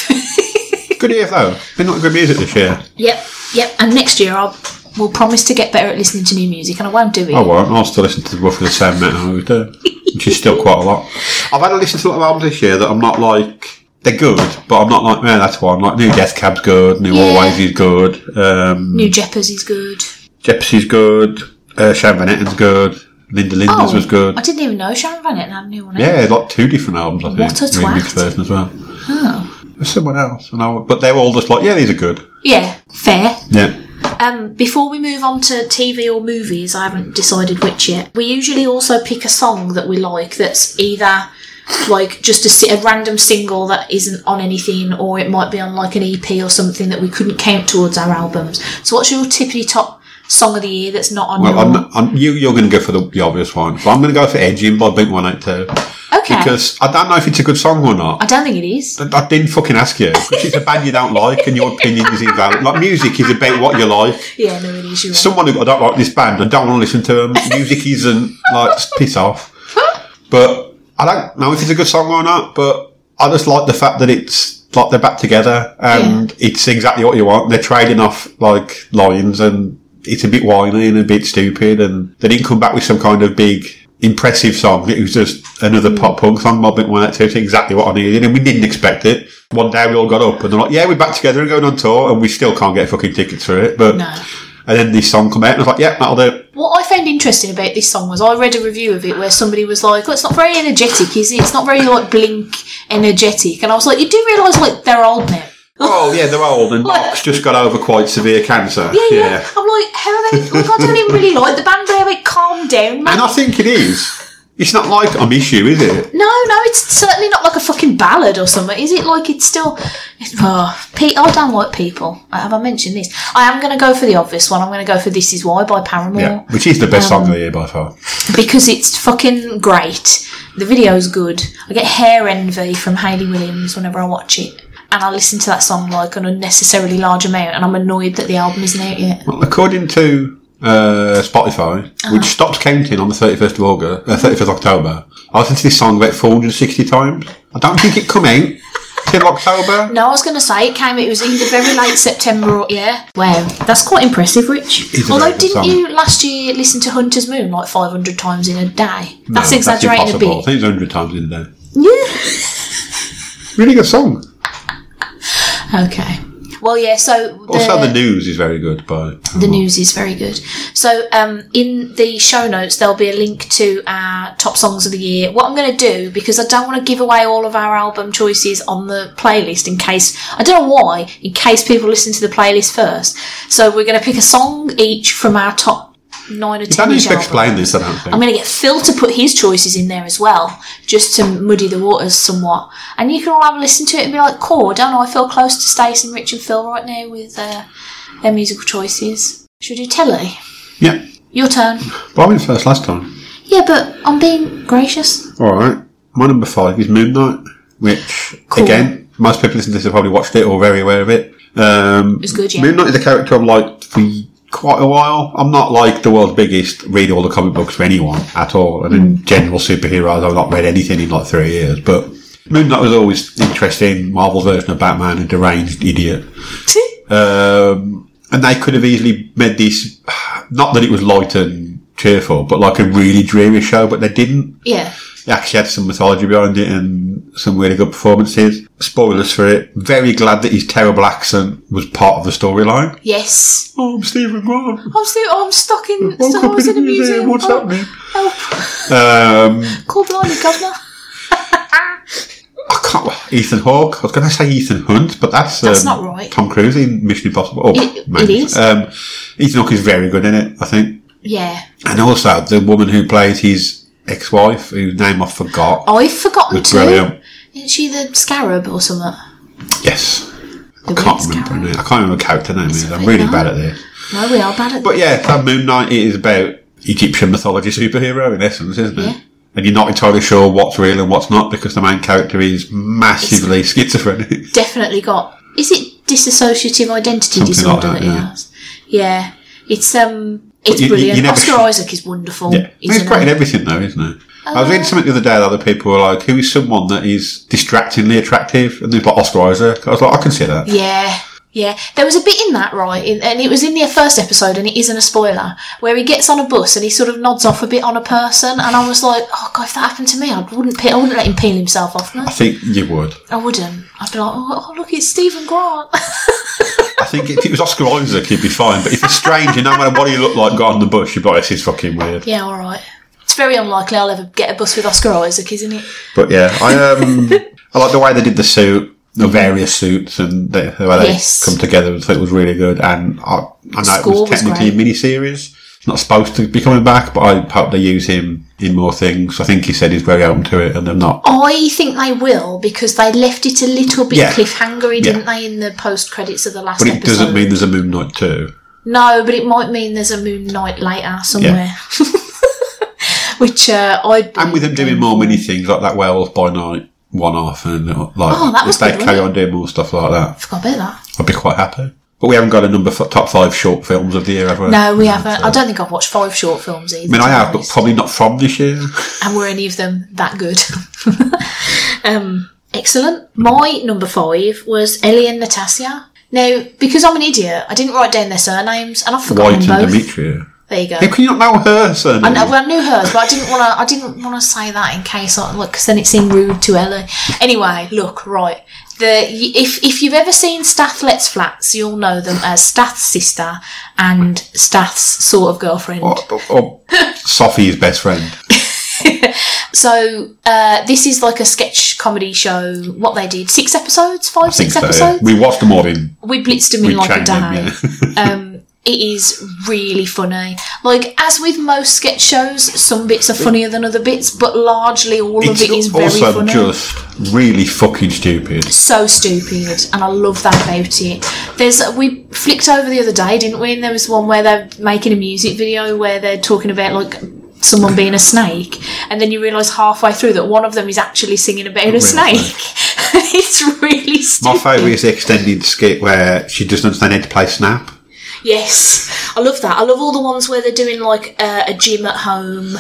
Good year, though. Been not good music this year.
yep, yep. And next year I'll will promise to get better at listening to new music, and I won't do it.
Oh, I won't. I'll still listen to roughly the same amount I would do, which is still quite a lot. I've had to listen to a lot of albums this year that I'm not like. They're good, but I'm not like, man, that's one. Like, New Death Cab's good, New
Yeah.
Always is good, um,
New Jeppers is good.
Gypsy's good. Uh, Shane Van Etten's good. Linda
Oh,
Linders was good.
I didn't even know Sharon Van Etten had a new one. out.
Yeah, like two different albums, I
What
think.
a
Remix
twat.
version as well. Oh. There's someone else. And I, but they were all just like, yeah, these are good.
yeah fair.
Yeah.
Um, before we move on to TV or movies, I haven't decided which yet. We usually also pick a song that we like that's either like just a, si- a random single that isn't on anything, or it might be on like an EP or something that we couldn't count towards our albums. So, what's your tippity top song of the year that's not on
Well,
your?
I'm, I'm, you, you're going to go for the, the obvious one. But I'm going to go for Edging by Blink 182.
okay,
Because I don't know if it's a good song or not.
I don't think it is.
I didn't fucking ask you. 'cause It's a band you don't like, and your opinion is invalid. Like music is about what you like.
Yeah, no, it is. You're right.
Someone who I don't like this band, I don't want to listen to them. Music isn't like just piss off. But I don't know if it's a good song or not. But I just like the fact that it's like they're back together, and it's exactly what you want. They're trading off like lines, and it's a bit whiny and a bit stupid. And they didn't come back with some kind of big. Impressive song. It was just another pop punk song. Mobbing one at two. It's exactly what I needed, and we didn't expect it. One day we all got up and they're like, "Yeah, we're back together and going on tour," and we still can't get fucking tickets for it. But
No.
and then this song come out, and I was like, yeah, that'll do. it."
What I found interesting about this song was I read a review of it where somebody was like, "Oh, it's not very energetic, is it? It's not very like blink energetic." And I was like, "You do realise like they're old now."
Oh, yeah, they're old, and
What?
Knox just got over quite severe cancer.
Yeah, yeah. I'm like, how are they? Like, I don't even really like the band. They're like, calm down, man.
And I think it is. It's not like I miss you, is it?
no, no, it's certainly not like a fucking ballad or something, is it? Like, it's still. It's, oh, Pete, I don't like people. Uh, Have I mentioned this? I am going to go for the obvious one. I'm going to go for "This Is Why" by Paramore.
Yeah. Which is the best
Um,
song of the year by far.
because it's fucking great. The video's good. I get hair envy from Hayley Williams whenever I watch it. And I listen to that song like an unnecessarily large amount, and I'm annoyed that the album isn't out yet.
Well, according to uh, Spotify,
Uh-huh.
which stopped counting on the 31st of August, uh, 31st of October, I listened to this song about 460 times. I don't think it come out till October.
No, I was going to say it came. It was either very late September or yeah. Wow, that's quite impressive, Rich.
It's a very
Although,
good
didn't
song.
you last year listen to Hunter's Moon like 500 times in a day?
No,
That's exaggerating a
impossible. I
bit.
think it's 100 times in a day.
Yeah.
Really good song.
Okay. Well, yeah. So
Also, the news is very good by.
the news is very good. So, um, in the show notes, there'll be a link to our top songs of the year. What I'm going to do, because I don't want to give away all of our album choices on the playlist in case, I don't know why, in case people listen to the playlist first. So, we're going to pick a song each from our top nine or
I
ten
don't need
each
to
album.
explain this, I don't think.
I'm going to get Phil to put his choices in there as well, just to muddy the waters somewhat. And you can all have a listen to it and be like, cool, don't I feel close to Stace and Rich and Phil right now with uh, their musical choices? Should we do telly?
yeah.
Your turn.
But I went first last time.
Yeah, but I'm being gracious.
All right. My number five is Moon Knight, which
Cool.
again, most people listening to this have probably watched it or very aware of it. Um,
It's good, yeah.
Moon Knight is a character I've liked for quite a while. I'm not like the world's biggest read all the comic books for anyone at all, and
Mm.
in general superheroes, I've not read anything in like three years. But Moon Knight was always interesting. Marvel's version of Batman, a deranged idiot. Um, and they could have easily made this not that it was light and cheerful, but like a really dreary show, but they didn't.
Yeah.
They actually had some mythology behind it and some really good performances. Spoilers for it. Very glad that his terrible accent was part of the storyline.
Yes.
Oh, I'm Stephen Grant.
I'm still, I'm stuck in,
Woke
so I
up
was in
in a
a
museum.
museum.
What's
oh,
happening?
Help.
Um,
Call blimey, governor.
I can't. Ethan Hawke. I was going to say Ethan Hunt, but that's um,
That's not right.
Tom Cruise in Mission Impossible. Oh,
It- it
maybe.
is.
Um, Ethan Hawke is very good in it. I think,
Yeah.
and also the woman who plays his ex-wife, whose name I forgot.
I've forgotten
was
to.
brilliant.
Isn't she the scarab or something?
Yes. I
The
can't
Red
remember. her
Scarab.
name. I can't remember her character name. either. I'm
alright,
really
no.
bad at this.
No, we are bad at
But yeah, that Moon Knight it is about Egyptian mythology superhero in essence, isn't it?
Yeah.
And you're not entirely sure what's real and what's not because the main character is massively schizophrenic.
definitely got. Is it dissociative identity
Something like
disorder
that,
that, he
yeah.
has? Yeah, it's um, it's
you- you-
brilliant.
you never
Oscar
sh-
Isaac is wonderful.
Yeah. He's, Uh,
an-
great in everything, though, isn't he? I was reading something the other day that other people were like, who is someone that is distractingly attractive? And there's like Oscar Isaac. I was like, I can see that.
Yeah. Yeah, there was a bit in that, right? In, and it was in the first episode, and it isn't a spoiler, where he gets on a bus and he sort of nods off a bit on a person. And I was like, oh, God, if that happened to me, I wouldn't, pe- I wouldn't let him peel himself off. No,
I think you would.
I wouldn't. I'd be like, oh, oh, look, it's Stephen Grant.
I think if it was Oscar Isaac, he'd be fine. But if it's strange, you no matter what he looked like, got on the bush, you'd be like, this is fucking weird.
yeah, all right. It's very unlikely I'll ever get a bus with Oscar Isaac, isn't it?
But yeah, I um, I like the way they did the suit, the various suits, and the, the way they
Yes.
come together. I think it was really good, and I, I know it
score was
was technically
great.
a miniseries. It's not supposed to be coming back, but I hope they use him in more things. I think he said he's very open to it, and they're not.
I think they will because they left it a little bit
Yeah.
cliffhangery,
Yeah.
didn't they, in the post credits of the last
But it
episode?
doesn't mean there's a Moon Knight two.
No, but it might mean there's a Moon Knight later somewhere. Which uh, I'd.
And with them doing more mini things like that, Werewolf by Night one off, and uh, like
Oh, that was
if they
good,
carry
wasn't
on doing more stuff like that,
Forgot about that.
I'd be quite happy. But we haven't got a number f- top five short films of the year, have we?
No, we haven't. I don't think I've watched five short films either.
I mean, I
to be
have, but
honest.
probably not from this year.
And were any of them that good? um, excellent. My number five was Ellie and Natasha. Now, because I'm an idiot, I didn't write down their surnames, and I've forgotten
White
them
and
both.
Demetria.
There you go.
How can you not know her surname?
I, know- well, I knew hers, but I didn't want to. I didn't want to say that in case, I, look, because then it seemed rude to Ella. Anyway, look, right. The y- if if you've ever seen Stathlet's flats, you'll know them as Stath's sister and Stath's sort of girlfriend.
Or- or Oh, Sophie's best friend.
So uh, this is like a sketch comedy show. What they did, six episodes, five,
I think
six
so, yeah.
episodes. Oh
We watched them all in.
We blitzed them
We
in like a
changed
day.
them, yeah.
um, it is really funny. Like as with most sketch shows, some bits are funnier than other bits, but largely all of it is
It's
very
also
funny.
just really fucking stupid.
so stupid, and I love that about it. There's we flicked over the other day, didn't we? And there was one where they're making a music video where they're talking about like someone being a snake, and then you realise halfway through that one of them is actually singing about a snake. it's really
My
stupid.
favourite is the extended skit where she doesn't understand how to play Snap.
Yes, I love that. I love all the ones where they're doing like uh, a gym at home,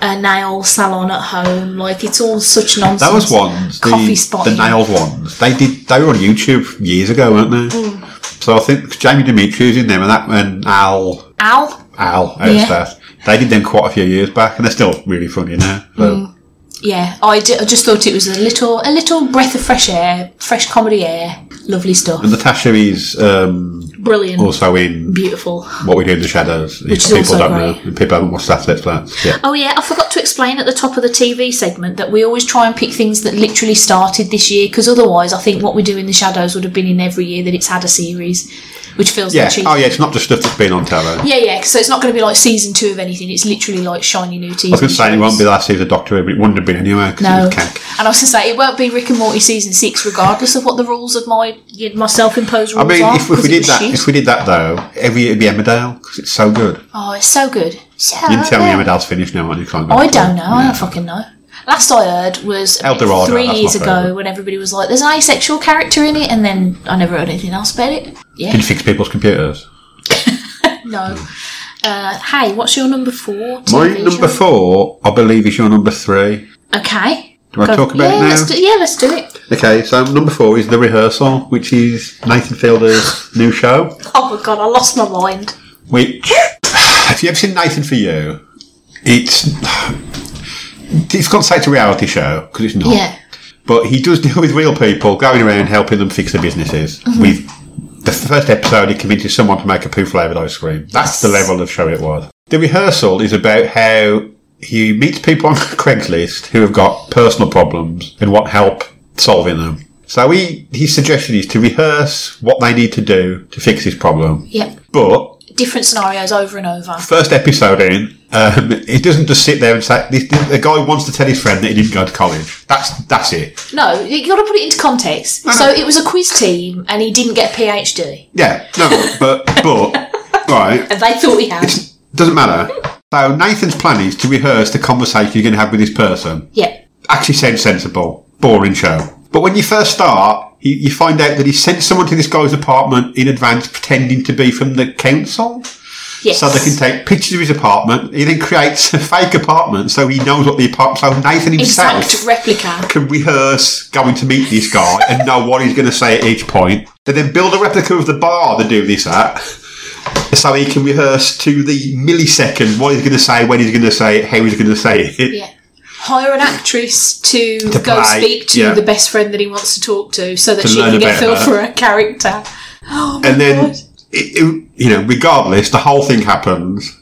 a nail salon at home. Like it's all such nonsense.
That was ones. The,
Coffee spot.
The nailed ones. They did. They were on YouTube years ago, weren't they?
Mm.
So I think Jamie Dimitri's in them, and that and Al
Al.
Al
Yeah.
Oustaff. They did them quite a few years back, and they're still really funny now. So
Mm. Yeah, oh, I, d- I just thought it was a little a little breath of fresh air, fresh comedy air. Lovely stuff.
Natasha is um,
Brilliant.
also in
Beautiful.
What We Do in the Shadows. Which
is
people
also
don't
great.
know. and People haven't watched that. Let's Plans. Yeah.
Oh yeah, I forgot to explain at the top of the TV segment that we always try and pick things that literally started this year because otherwise I think what we do in the shadows would have been in every year that it's had a series, which feels
Yeah.
like cheating.
Oh, yeah. It's not just stuff that's been on telly.
Yeah, yeah. So it's not going to be like season two of anything. It's literally like shiny new TV.
I was going to say it won't be last season of Doctor Who, but it wouldn't have been anyway because it
No,
was cake.
and I was going to say it won't be Rick and Morty season six, regardless of what the rules of my my self imposed
I
rules
mean,
are.
if, if
because
we
it
did
was
that,
shit.
if we did that though, every year it'd be Emmerdale because it's so good.
oh, it's so good. So
You can tell me
good.
Emmerdale's finished now, aren't you? Can't go
I
back.
don't know. I
Yeah.
don't fucking know. Last I heard was
El Dorado,
three
that's my
years ago
favourite.
when everybody was like, "There's an asexual character in it," and then I never heard anything else about it.
Can
Yeah,
you fix people's computers?
no. Uh, hey, what's your number four?
My
TV show?
number four, I believe, is your number three.
Okay.
Do I talk about
yeah,
it now?
Let's do, yeah, let's do it.
Okay, so number four is The Rehearsal, which is Nathan Fielder's new show,
Oh my god, I lost my mind.
which Have you ever seen Nathan for You? It's difficult to say it's a reality show because it's not.
Yeah.
But he does deal with real people going around helping them fix their businesses. With the first episode, he convinces someone to make a poo flavoured ice cream. That's the level of show it was. The rehearsal is about how he meets people on Craigslist who have got personal problems and want help solving them. So he, his suggestion is to rehearse what they need to do to fix his problem.
Yeah.
But
Different scenarios over and over.
first episode in, um, it doesn't just sit there and say this, this, the guy wants to tell his friend that he didn't go to college. That's that's it.
No, you got to put it into context.
Ah.
So it was a quiz team, and he didn't get a PhD,
Yeah, no, but but right,
and they thought he had.
doesn't matter. So Nathan's plan is to rehearse the conversation you're going to have with this person.
Yeah.
Actually, sounds sensible. Boring show. But when you first start, you, you find out that he sent someone to this guy's apartment in advance, pretending to be from the council.
Yes.
So they can take pictures of his apartment. He then creates a fake apartment so he knows what the apartment. So Nathan himself
exact replica.
can rehearse going to meet this guy and know what he's going to say at each point. They then build a replica of the bar they do this at, so he can rehearse to the millisecond what he's going to say, when he's going to say it, how he's going to say it.
Yeah. Hire an actress to, go
play,
speak to
yeah.
the best friend that he wants to talk to so that
To
she
learn
can get
about
feel
her.
for her character. Oh my
And then,
God.
it, it- you know, regardless, the whole thing happens.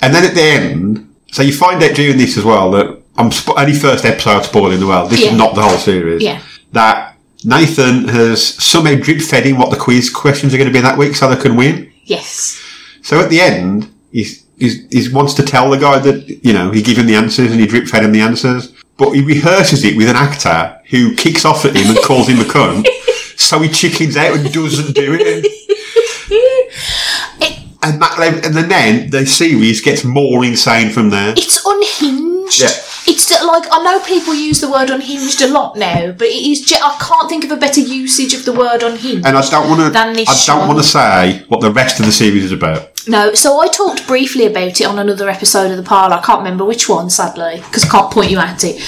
And then at the end, so you find out during this as well that I'm spo- only first episode spoiling the world. This
Yeah.
is not the whole series.
Yeah.
That Nathan has somehow drip fed him what the quiz questions are going to be that week so they can win.
Yes.
So at the end, he's, he's, he wants to tell the guy that, you know, he gave him the answers and he drip fed him the answers, but he rehearses it with an actor who kicks off at him and calls him a cunt. So he chickens out and doesn't do it. And, that, lev- and then- then the series gets more insane from there.
It's unhinged.
Yeah.
It's d- like I know people use the word unhinged a lot now, but it is. Ge- I can't think of a better usage of the word unhinged.
And I don't want to.
Than this
I
show.
don't want to say what the rest of the series is about.
No, so I talked briefly about it on another episode of the pile. I can't remember which one, sadly, because I can't point you at it.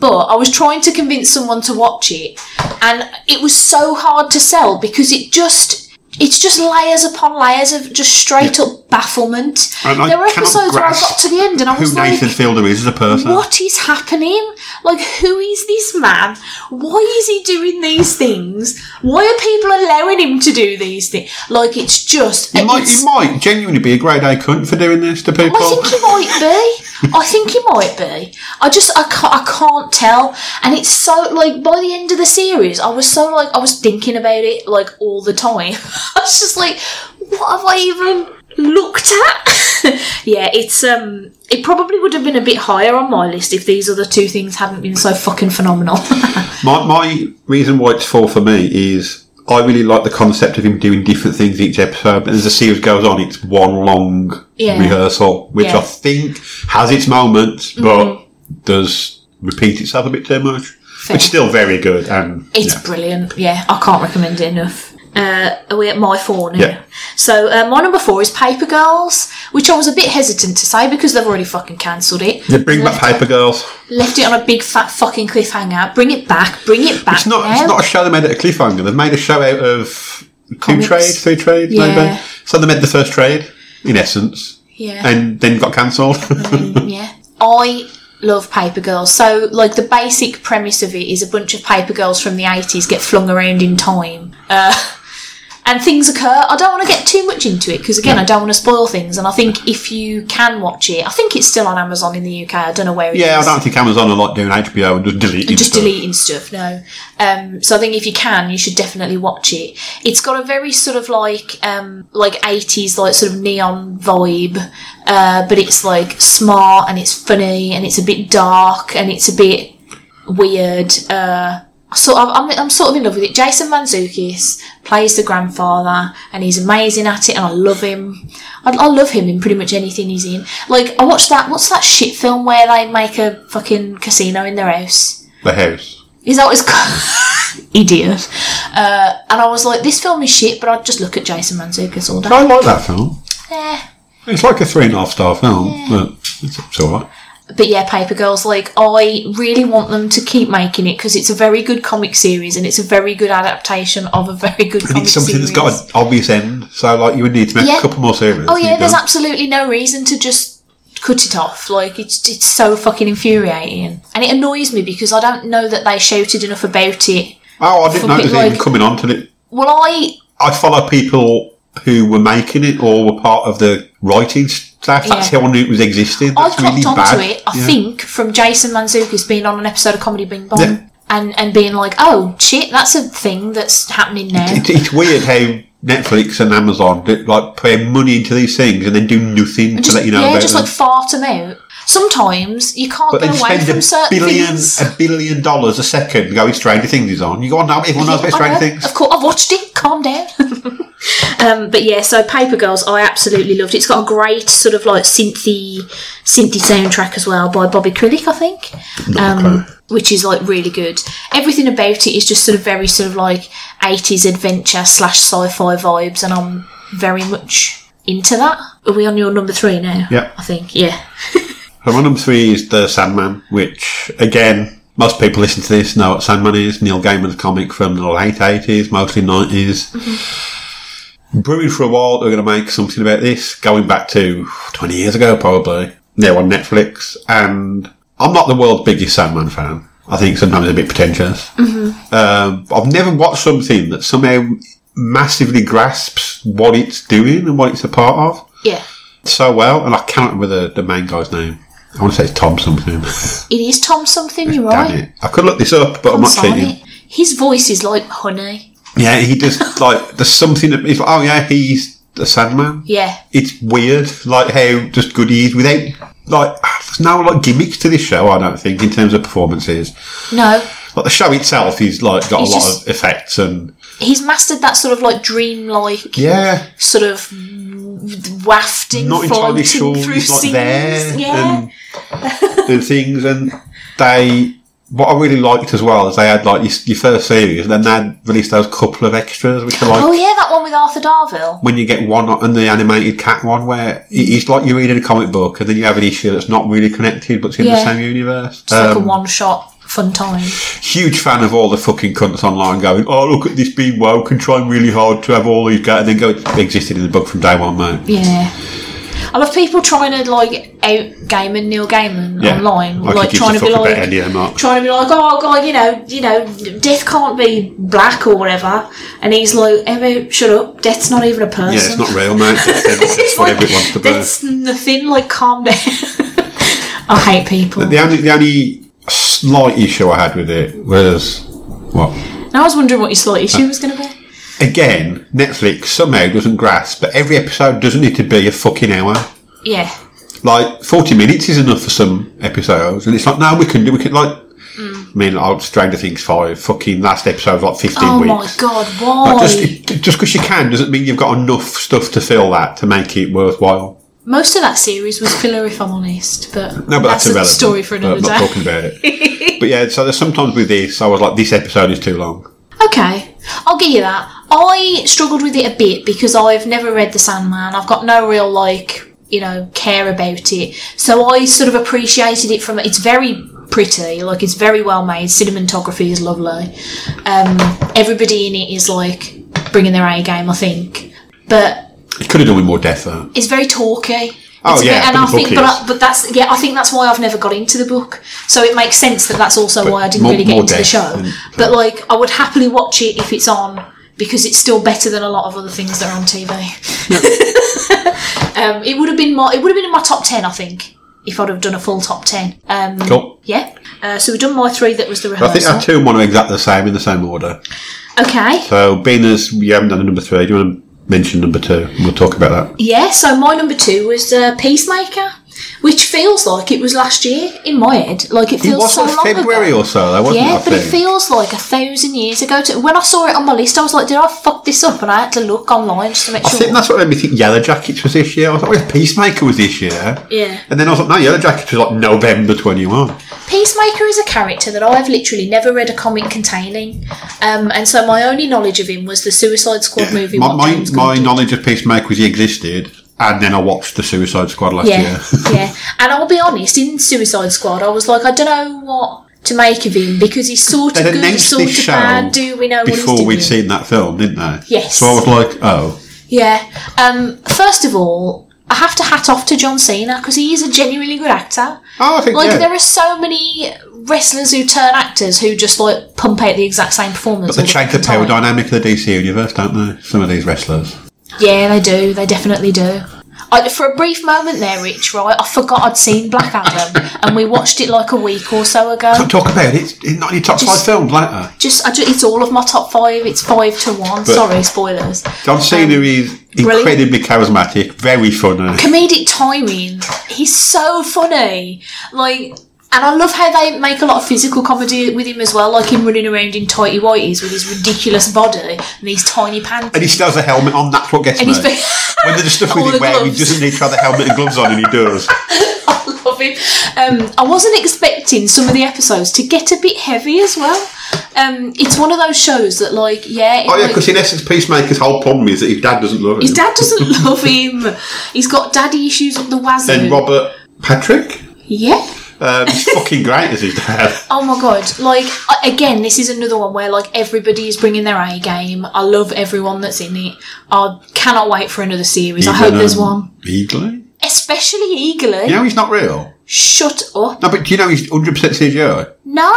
But I was trying to convince someone to watch it, and it was so hard to sell because it just. It's just layers upon layers of just straight up bafflement.
And I
there were
cannot
episodes where I
grasp
got to the end and I
Who
was like,
Nathan Fielder is as a person?
what is happening? Like, who is this man? Why is he doing these things? Why are people allowing him to do these things? Like, it's just.
He might,
it's-
he might genuinely be a grade A cunt for doing this to people.
I think he might be. I think he might be. I just I can't, I can't tell. And it's so like by the end of the series, I was so like I was thinking about it like all the time. I was just like, what have I even looked at? yeah, it's um, it probably would have been a bit higher on my list if these other two things hadn't been so fucking phenomenal.
My, my reason why it's four for me is I really like the concept of him doing different things each episode. But as the series goes on, it's one long
Yeah.
rehearsal, which
Yeah. Mm-hmm.
I think has its moments, but does repeat itself a bit too much.
Fair.
Which is still very good. And
It's
yeah.
brilliant. Yeah, I can't recommend it enough. Uh, are we at my four now?
Yeah.
So uh, my number four is Paper Girls, which I was a bit hesitant to say because they've already fucking cancelled it.
They bring back Paper Girls.
Left it on a big fat fucking cliffhanger. Bring it back. Bring it back.
It's not.
now.
It's not a show they made at a cliffhanger. They've made a show out of two
Comics.
trades, three trades,
Yeah.
maybe. So they made the first trade, in essence,
Yeah.
and then got cancelled.
yeah. I love Paper Girls. So, like, the basic premise of it is a bunch of Paper Girls from the 80s get flung around in time. Uh, and things occur. I don't want to get too much into it because, again, I don't want to spoil things. And I think if you can watch it, I think it's still on Amazon in the UK. I don't know where it is.
yeah, I don't think Amazon are like doing HBO and just deleting
just
stuff.
deleting stuff. No, um, so I think if you can, you should definitely watch it. It's got a very sort of like um, like eighties like sort of neon vibe, uh, but it's like smart and it's funny and it's a bit dark and it's a bit weird. Uh, so I'm, I'm, I'm sort of in love with it. Jason Manzukis plays the grandfather, and he's amazing at it, and I love him. I, I love him in pretty much anything he's in. Like I watched that. What's that shit film where they make a fucking casino in their house?
The house.
He's always idiot. Uh, and I was like, this film is shit, but I'd just look at Jason Manzukis all day.
I like that film.
Eh.
It's like a three and a half star film, but it's, it's all right.
But yeah, Paper Girls, like, I really want them to keep making it because it's a very good comic series and it's a very good adaptation of a very good
And
comic
it's something
series.
that's got an obvious end, so like you would need to make
Yeah.
a couple more series.
Oh
and
yeah,
you're
there's
done.
absolutely no reason to just cut it off. Like it's it's so fucking infuriating, and it annoys me because I don't know that they shouted enough about it.
Oh, I
fucking,
didn't notice it even
like-
coming on to it.
Well, I
I follow people who were making it or were part of the writing staff. That's
Yeah.
how I knew it was existing.
I
That's
clocked
really
onto
bad.
it. I
Yeah.
think from Jason Manzukis being on an episode of Comedy Bing Bong.
Yeah.
And, and being like, oh shit, that's a thing that's happening now.
It, it's weird how Netflix and Amazon do, like pay money into these things and then do nothing to
Just-
let you know
yeah,
about
just
them.
like fart them out. Sometimes you can't
but
get
they
away
spend
from
a
certain
billion,
things.
a billion dollars a second going Stranger Things is on. You go on now, everyone knows about
I know.
Stranger Things.
Of course, I've watched it. Calm down. um, but yeah, so Paper Girls, I absolutely loved. It's got a great sort of like synthy, synthy soundtrack as well by Bobby Krillick, I think, um, which is like really good. Everything about it is just sort of very sort of like eighties adventure slash sci-fi vibes, and I'm very much into that. Are we on your number three now?
Yeah.
I think yeah.
So my number three is The Sandman, which, again, most people listen to this know what Sandman is. Neil Gaiman's comic from the late 80s, mostly 90s. Brewing for a while, they're going to make something about this, going back to 20 years ago, probably. Now on Netflix. And I'm not the world's biggest Sandman fan. I think sometimes a bit pretentious. Um, I've never watched something that somehow massively grasps what it's doing and what it's a part of
Yeah,
so well, and I can't remember the, the main guy's name. I want to say it's Tom something.
it is Tom something. You're
Damn
right.
it. I could look this up, but I'm
I'm
not
sorry.
cheating.
His voice is like honey.
Yeah, he just like there's something that if oh yeah, he's the Sandman.
Yeah,
It's weird, like how just good he is without like there's no like gimmicks to this show. I don't think in terms of performances.
no.
Like the show itself, he's like got
He's
a lot
just-
of effects and
he's mastered that sort of like dreamlike
yeah,
sort of wafting
not entirely
floating
sure
through
he's like
scenes.
there
yeah
and the things and they what I really liked as well is they had like your, your first series and then they released those couple of extras which are like
oh yeah that one with arthur darville
when you get one and the animated cat one where it- it's like you're reading a comic book and then you have an issue that's not really connected but's in
Yeah.
the same universe Um,
it's like a one shot fun time
huge fan of all the fucking cunts online going oh look at this being woke and trying really hard to have all these guys and then go it existed in the book from day one mate
yeah I love people trying to like out Gaiman Neil Gaiman
Yeah.
online,
Like he
like
gives
trying
a
to be
fuck about
like
any of them, not.
trying to be like, oh god, you know, you know, death can't be black or whatever, and he's like, Emma, shut up, death's not even a person.
yeah it's not real mate it's, it's
It's
whatever
like,
it wants to be
That's nothing. Like, calm down. I hate people.
The only the only slight issue I had with it was well
Now I was wondering what your slight issue was going to be.
again Netflix somehow doesn't grasp that every episode doesn't need to be a fucking hour.
Yeah,
Like forty minutes is enough for some episodes, and it's like no, we can do we can like. I mean, I'll Stranger Things five fucking last episode was like fifteen
Oh my
weeks.
god,
Like,
why?
just it- just because you can doesn't mean you've got enough stuff to fill that to make it worthwhile.
Most of that series was filler, if I'm honest. But
No, but that's,
that's, a
irrelevant.
story for another
I'm not
day.
talking about it. but yeah, so there's sometimes with this, I was like, this episode is too long.
Okay, I'll give you that. I struggled with it a bit because I've never read The Sandman. I've got no real, like, you know, care about it. So I sort of appreciated it from. It's very pretty, like, it's very well made. Cinematography is lovely. Um, everybody in it is, like, bringing their A game, I think. But
It could have done with more depth. Though.
it's very talky.
Oh,
It's a
yeah,
bit- and
but
I
the book
think, but,
is.
I, but that's yeah. I think that's why I've never got into the book. So it makes sense that that's also why I didn't
more-
really get
more
into the
depth
show.
and-
but like, I would happily watch it if it's on because it's still better than a lot of other things that are on TV. um, it would have been more. It would have been in my top ten, I think, if I'd have done a full top ten. Um,
Cool.
Yeah. Uh, so we've done my three. That was the
I think
rehearsal.
our two and one are exactly the same in the same order.
okay.
So, being as you haven't done number three, do you want to mention number two? We'll talk about that.
Yeah, so my number two was uh, Peacemaker, which feels like it was last year in my head. Like it
It
feels
was
so
like
long
February
ago.
or so, though, wasn't
yeah,
it? I
but it
think?
feels like a thousand years ago. To, when I saw it on my list, I was like, "Did I fuck this up?" And I had to look online just to make
I
sure.
think that's what made me think Yellow Jackets was this year. I was like, well, Peacemaker was this year.
Yeah.
And then I was like, no, Yellow Jackets was like November 21.
Peacemaker is a character that I have literally never read a comic containing, um, and so my only knowledge of him was the Suicide Squad movie.
My,
what
my,
James Gunn
my
did.
knowledge of Peacemaker was he existed and then I watched the Suicide Squad last
Yeah,
year.
yeah. And I'll be honest, in Suicide Squad, I was like, I don't know what to make of him because he's sort
They
of good,
announced
sort
this
of
show
bad. Do we know what
before
he's
we'd
doing?
seen that film, didn't they?
Yes.
So I was like, oh,
Yeah. Um, first of all, I have to hat off to John Cena because he is a genuinely good actor.
oh, I think
Like
yeah.
there are so many wrestlers who turn actors who just like pump out the exact same performance.
they
all the
change the
fucking
power
time.
dynamic of the DC universe, don't they? Some of these wrestlers.
Yeah, they do. They definitely do. I, for a brief moment there, Rich, right, I forgot I'd seen Black Adam, and we watched it like a week or so ago.
Don't talk about it. It's not in your top
Just-
five films uh, later.
Just, I ju- it's all of my top five. It's five to one. Sorry, spoilers.
John Cena is
Um, brilliant.
incredibly charismatic, very funny.
comedic timing. He's so funny. Like, and I love how they make a lot of physical comedy with him as well, like him running around in tighty whities with his ridiculous body and these tiny pants.
And he still has a helmet on, that's what gets
And
me.
he's been-
when there's stuff with
All
him
the
where he
gloves.
doesn't need to have the helmet and gloves on and he does.
I love him. Um, I wasn't expecting some of the episodes to get a bit heavy as well. Um, it's one of those shows that, like, yeah, it,
Oh yeah,
like-
because in essence Peacemaker's whole problem is that his dad doesn't love him.
his dad doesn't love him. He's got daddy issues up the wazoo.
then Robert Patrick?
yeah.
Um, he's fucking great as his dad.
Oh my god! Like I- again, this is another one where like everybody is bringing their A game. I love everyone that's in it. I cannot wait for another series. I hope there's one,
Eagerly?
especially eagerly.
um, You know he's not real.
Shut up!
No, but do you know he's 100% CGI?
No,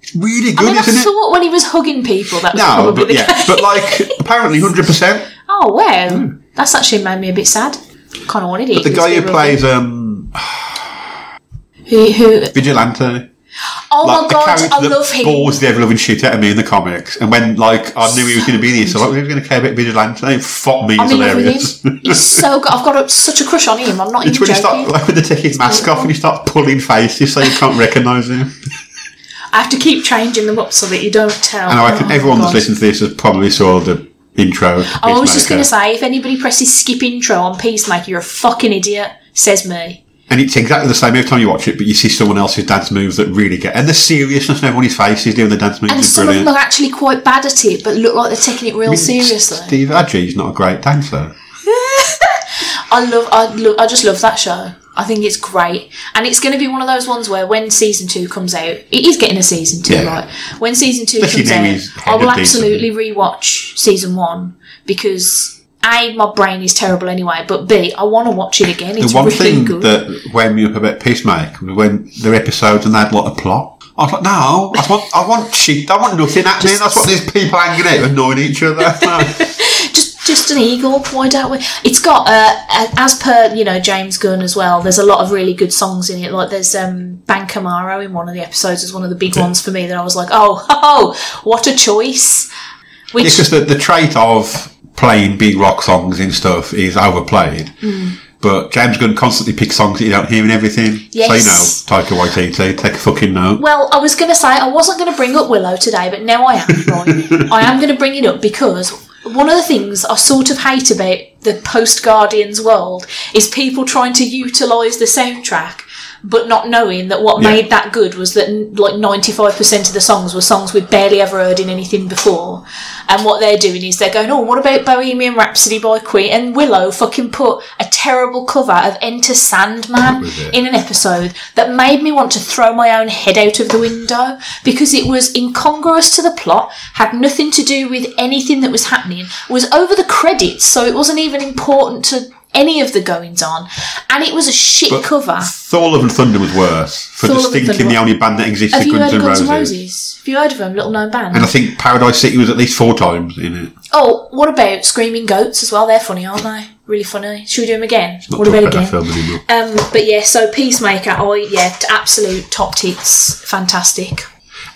It's really
I
good,
mean I
isn't it?
thought when he was hugging people that was
No,
probably
but
the
yeah,
case.
but like apparently 100%.
oh wow, that's actually made me a bit sad. Kind of wanted it.
Hmm. The
It's
guy
a
who
bit
plays um,
who who?
Vigilante,
Oh
like
my
the
god!
character
I
that
love him.
bores the ever loving shit out of me in the comics. And when like I knew he was going to be in this, I was like, "Who's going to care about Vigilante?" Fuck me, he's
I'm in love
hilarious.
with him. He's so good. I've got a, such a crush on him. I'm not
It's
even
when he
joking.
starts like when they take his mask off and he starts pulling faces so you can't recognise him.
I have to keep changing them up so that you don't tell.
And I reckon
Oh,
everyone
God. Oh,
that's listened to this has probably saw the intro.
I was just going to say, if anybody presses skip intro on Peacemaker, you're a fucking idiot, says me.
and it's exactly the same every time you watch it, but you see someone else's dance moves that really get and the seriousness in everyone's face is doing the dance moves
And
is
some of
brilliant.
them are actually quite bad at it, but look like they're taking it real seriously.
Steve Adgee's not a great dancer.
I love, I love, I just love that show. I think it's great, and it's going to be one of those ones where when season two comes out, it is getting a season two,
Yeah.
right? When season two
Especially
comes
now he's
out, I
headed
will
decently.
absolutely rewatch season one because. A, my brain is terrible anyway, but B, I want to watch it again. It's
the one
really
thing
good.
that wound me up about Peacemaker was when their episodes and they had a lot of plot. I was like, no, I want, I want shit, I want nothing happening. That's what these people hanging out annoying each other.
just just an eagle why don't we it's got uh, a- as per you know james gunn as well there's a lot of really good songs in it like there's um bankamaro in one of the episodes is one of the big ones for me that i was like oh, oh what a choice which
it's just that the trait of playing big rock songs and stuff is overplayed. But James Gunn constantly picks songs that you don't hear and everything.
Yes.
So you know, Taika Waititi, take a fucking note.
well i was going to say i wasn't going to bring up willow today but now i am right i am going to bring it up because one of the things I sort of hate about the post Guardians world is people trying to utilise the soundtrack but not knowing that what
Yeah.
made that good was that n- like 95% of the songs were songs we'd barely ever heard in anything before and what they're doing is they're going oh what about bohemian rhapsody by queen and willow fucking put a terrible cover of enter sandman
was it?
in an episode that made me want to throw my own head out of the window because it was incongruous to the plot had nothing to do with anything that was happening was over the credits so it wasn't even important to any of the goings on and it was a shit cover
Thor Love and Thunder was worse for
Thor Love and
distinctly
Thunder.
the only band that existed,
Have you
Guns
heard of
N'
Guns
Roses.
N' Roses? Have you heard of them? Little known band.
And I think Paradise City was at least four times in it.
oh, what about Screaming Goats as well? They're funny, aren't they? Really funny. Should we do them again?
Not
What
talking
about
about that
again?
film anymore.
Um, but yeah, so Peacemaker, I yeah, t- absolute top tits, fantastic.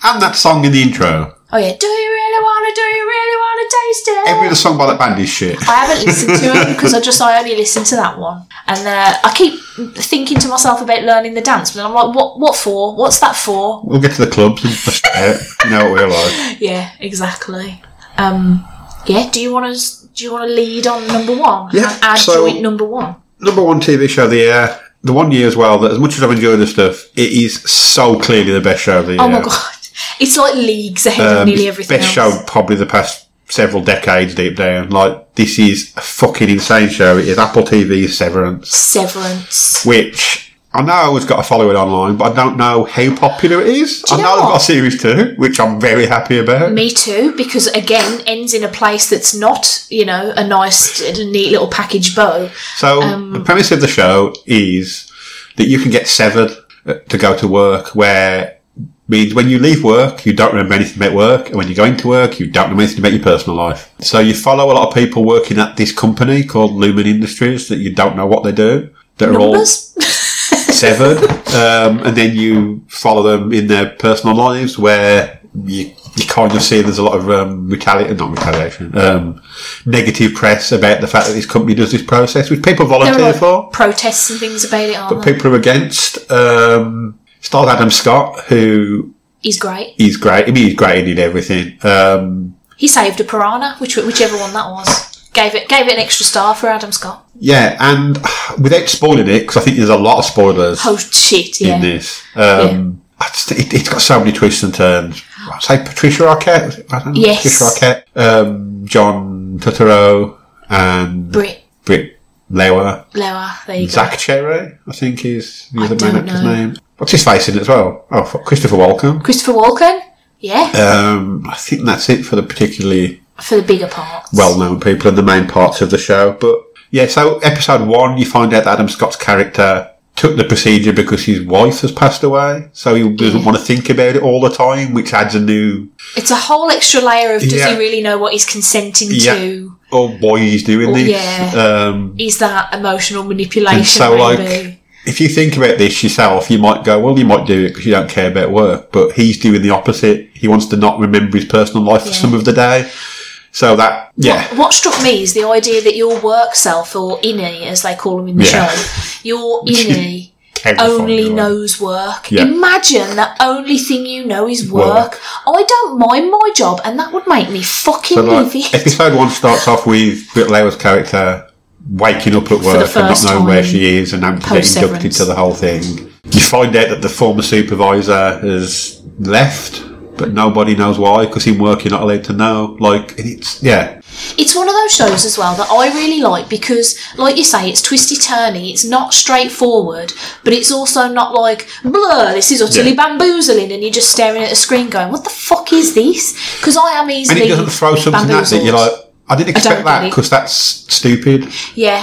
And that song in the intro.
Oh yeah, do you really wanna? Do you really wanna taste it?
Every other song by that band is shit.
I haven't listened to them because I just I only listened to that one, and uh, I keep thinking to myself about learning the dance, but I'm like, what? What for? What's that for?
We'll get to the clubs and bust it out. You know what we're like.
Yeah, exactly. Um, yeah, do you want to do you want to lead on number one?
Yeah,
our
so-
joint number one.
Number one TV show of the year. The one year as well that as much as I've enjoyed this stuff, it is so clearly the best show of the year.
Oh my god, it's like leagues ahead of
Um,
nearly
it's
Oh everything.
best
else.
show probably the past several decades deep down. Like, this is a fucking insane show. It is Apple TV's Severance,
Severance.
which I know I always got to follow it online, but I don't know how popular it is. I
you
know,
know
I've got
what?
a series two, which I'm very happy about.
Me too, because again, ends in a place that's not, you know, a nice, neat little package bow.
So the premise of the show is that you can get severed uh, to go to work, where means when you leave work, you don't remember anything about work, and when you go into work, you don't remember anything about your personal life. So you follow a lot of people working at this company called Lumen Industries that you don't know what they do. That are all
Numbers?
severed, um, and then you follow them in their personal lives where you, you kind of see there's a lot of um, retaliation, not retaliation, um, negative press about the fact that this company does this process, which people
There
volunteer
are
for,
protests and things about it, aren't there?
people are against. Um, stars Adam Scott, who
He's great.
is great. I mean, he's great in everything. Um,
He saved a piranha, which whichever one that was. Gave it gave it an extra star for Adam Scott.
yeah, and without spoiling it, because I think there's a lot of spoilers.
Oh shit, yeah.
in this. Um, I just- it, it's got so many twists and turns. I say Patricia Arquette. was it? I don't know.
Yes.
Patricia Arquette, um, John Turturro, and
Brit
Britt Lewer.
Lower, there you go.
Zach Cherry, I think, is the other
don't
main actor's
know.
name. What's his face in it as well? Oh, fuck, Christopher Walken.
Christopher Walken? Yeah.
Um, I think that's it for the particularly
for the bigger parts.
well-known people in the main parts of the show. But yeah, so episode one, you find out that Adam Scott's character took the procedure because his wife has passed away, so he doesn't want to think about it all the time, which adds a new
It's a whole extra layer of does
Yeah.
he really know what he's consenting
Yeah.
to?
oh why he's doing this.
yeah.
Um,
Is that emotional manipulation?
And so, like,
maybe?
if you think about this yourself, you might go, well, you might do it because you don't care about work, but he's doing the opposite. He wants to not remember his personal life for
Yeah.
some of the day. So that, yeah,
What struck me is the idea that your work self, or innie, as they call them in the
Yeah.
show, your innie
terrifying,
only
right?
knows work.
Yeah.
Imagine the only thing you know is work.
Work.
I don't mind my job, and that would make me fucking
So, like,
livid.
episode one starts off with Britt Lewer's character waking up at work and not
first
knowing where
time
she is and having to get inducted
post-severance.
to the whole thing. You find out that the former supervisor has left, but nobody knows why because in work you're not allowed to know. Like, it's, yeah,
It's one of those shows as well that I really like because, like you say, it's twisty turny, it's not straightforward, but it's also not like, blur, this is utterly
Yeah.
bamboozling, and you're just staring at a screen going, what the fuck is this? Because I am
and
easily.
it doesn't throw something at
bamboozled.
it. You're like, I didn't expect that
really-
because that's stupid.
Yeah.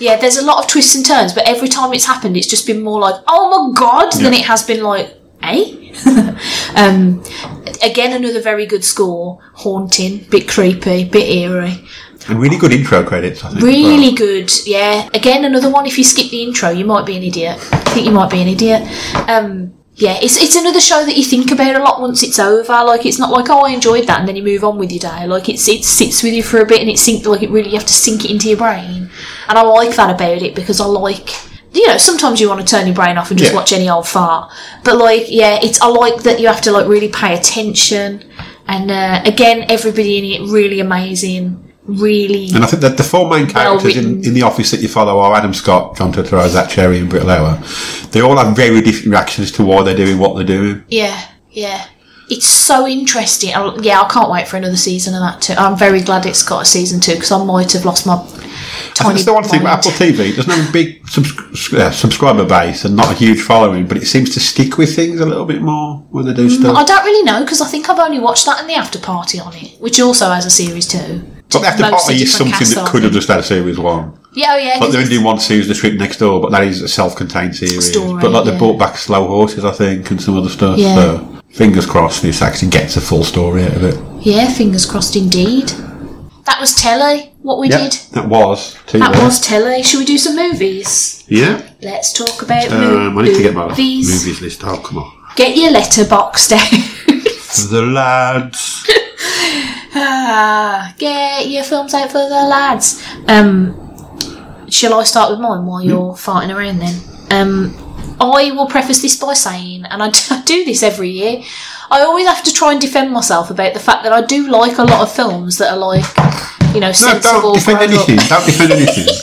Yeah, there's a lot of twists and turns, but every time it's happened, it's just been more like, oh my god, than
Yeah.
it has been like, eh? um, again, another very good score. Haunting, bit creepy, bit eerie.
And really good intro credits, I think. as well.
Really good, yeah. Again, another one. If you skip the intro, you might be an idiot. I think you might be an idiot. Um, yeah, it's it's another show that you think about a lot once it's over. Like it's not like oh I enjoyed that and then you move on with your day. Like it's it sits with you for a bit and it sink like it really you have to sink it into your brain. And I like that about it because I like you know sometimes you want to turn your brain off and just
Yeah.
watch any old fart. But like yeah, it's I like that you have to like really pay attention. And uh, again, everybody in it really amazing, really
And I think that the four main characters in,
written.
in the office that you follow are Adam Scott, John Turturro, Zach Cherry, and Britt Lower. They all have very different reactions to why they're doing what they're doing.
Yeah, yeah. It's so interesting. I, yeah, I can't wait for another season of that too. I'm very glad it's got a season two because I might have lost my tiny.
That's the one thing
mind.
about Apple TV. It doesn't have a big subs- uh, subscriber base and not a huge following, but it seems to stick with things a little bit more when they do stuff.
Mm, I don't really know because I think I've only watched that and the after party on it, which also has a series too.
but the after
mostly
party
different
is something
cast,
that
aren't
could have
they?
just had a series one.
Yeah, oh yeah.
But
'cause
they're
it's-
doing one series, The Trip Next Door, but that is a self-contained series.
Story,
but like they
yeah.
brought back Slow Horses, I think, and some other stuff.
Yeah.
So fingers crossed, this actually gets a full story out of it.
yeah, fingers crossed indeed. That was telly. What we
Yeah,
did.
that was. Two
That
there.
was telly. Should we do some movies?
Yeah.
Let's talk about
Um,
mo-
I need to get my
movies.
movies list. Oh, come on.
Get your letterbox down.
The lads.
Ah, get your films out for the lads. Um, shall I start with mine while you're
Mm.
farting around then? Um, I will preface this by saying, and I do, I do this every year, I always have to try and defend myself about the fact that I do like a lot of films that are like, you know,
No,
sensible.
don't defend
grown-up-
anything. Don't defend anything.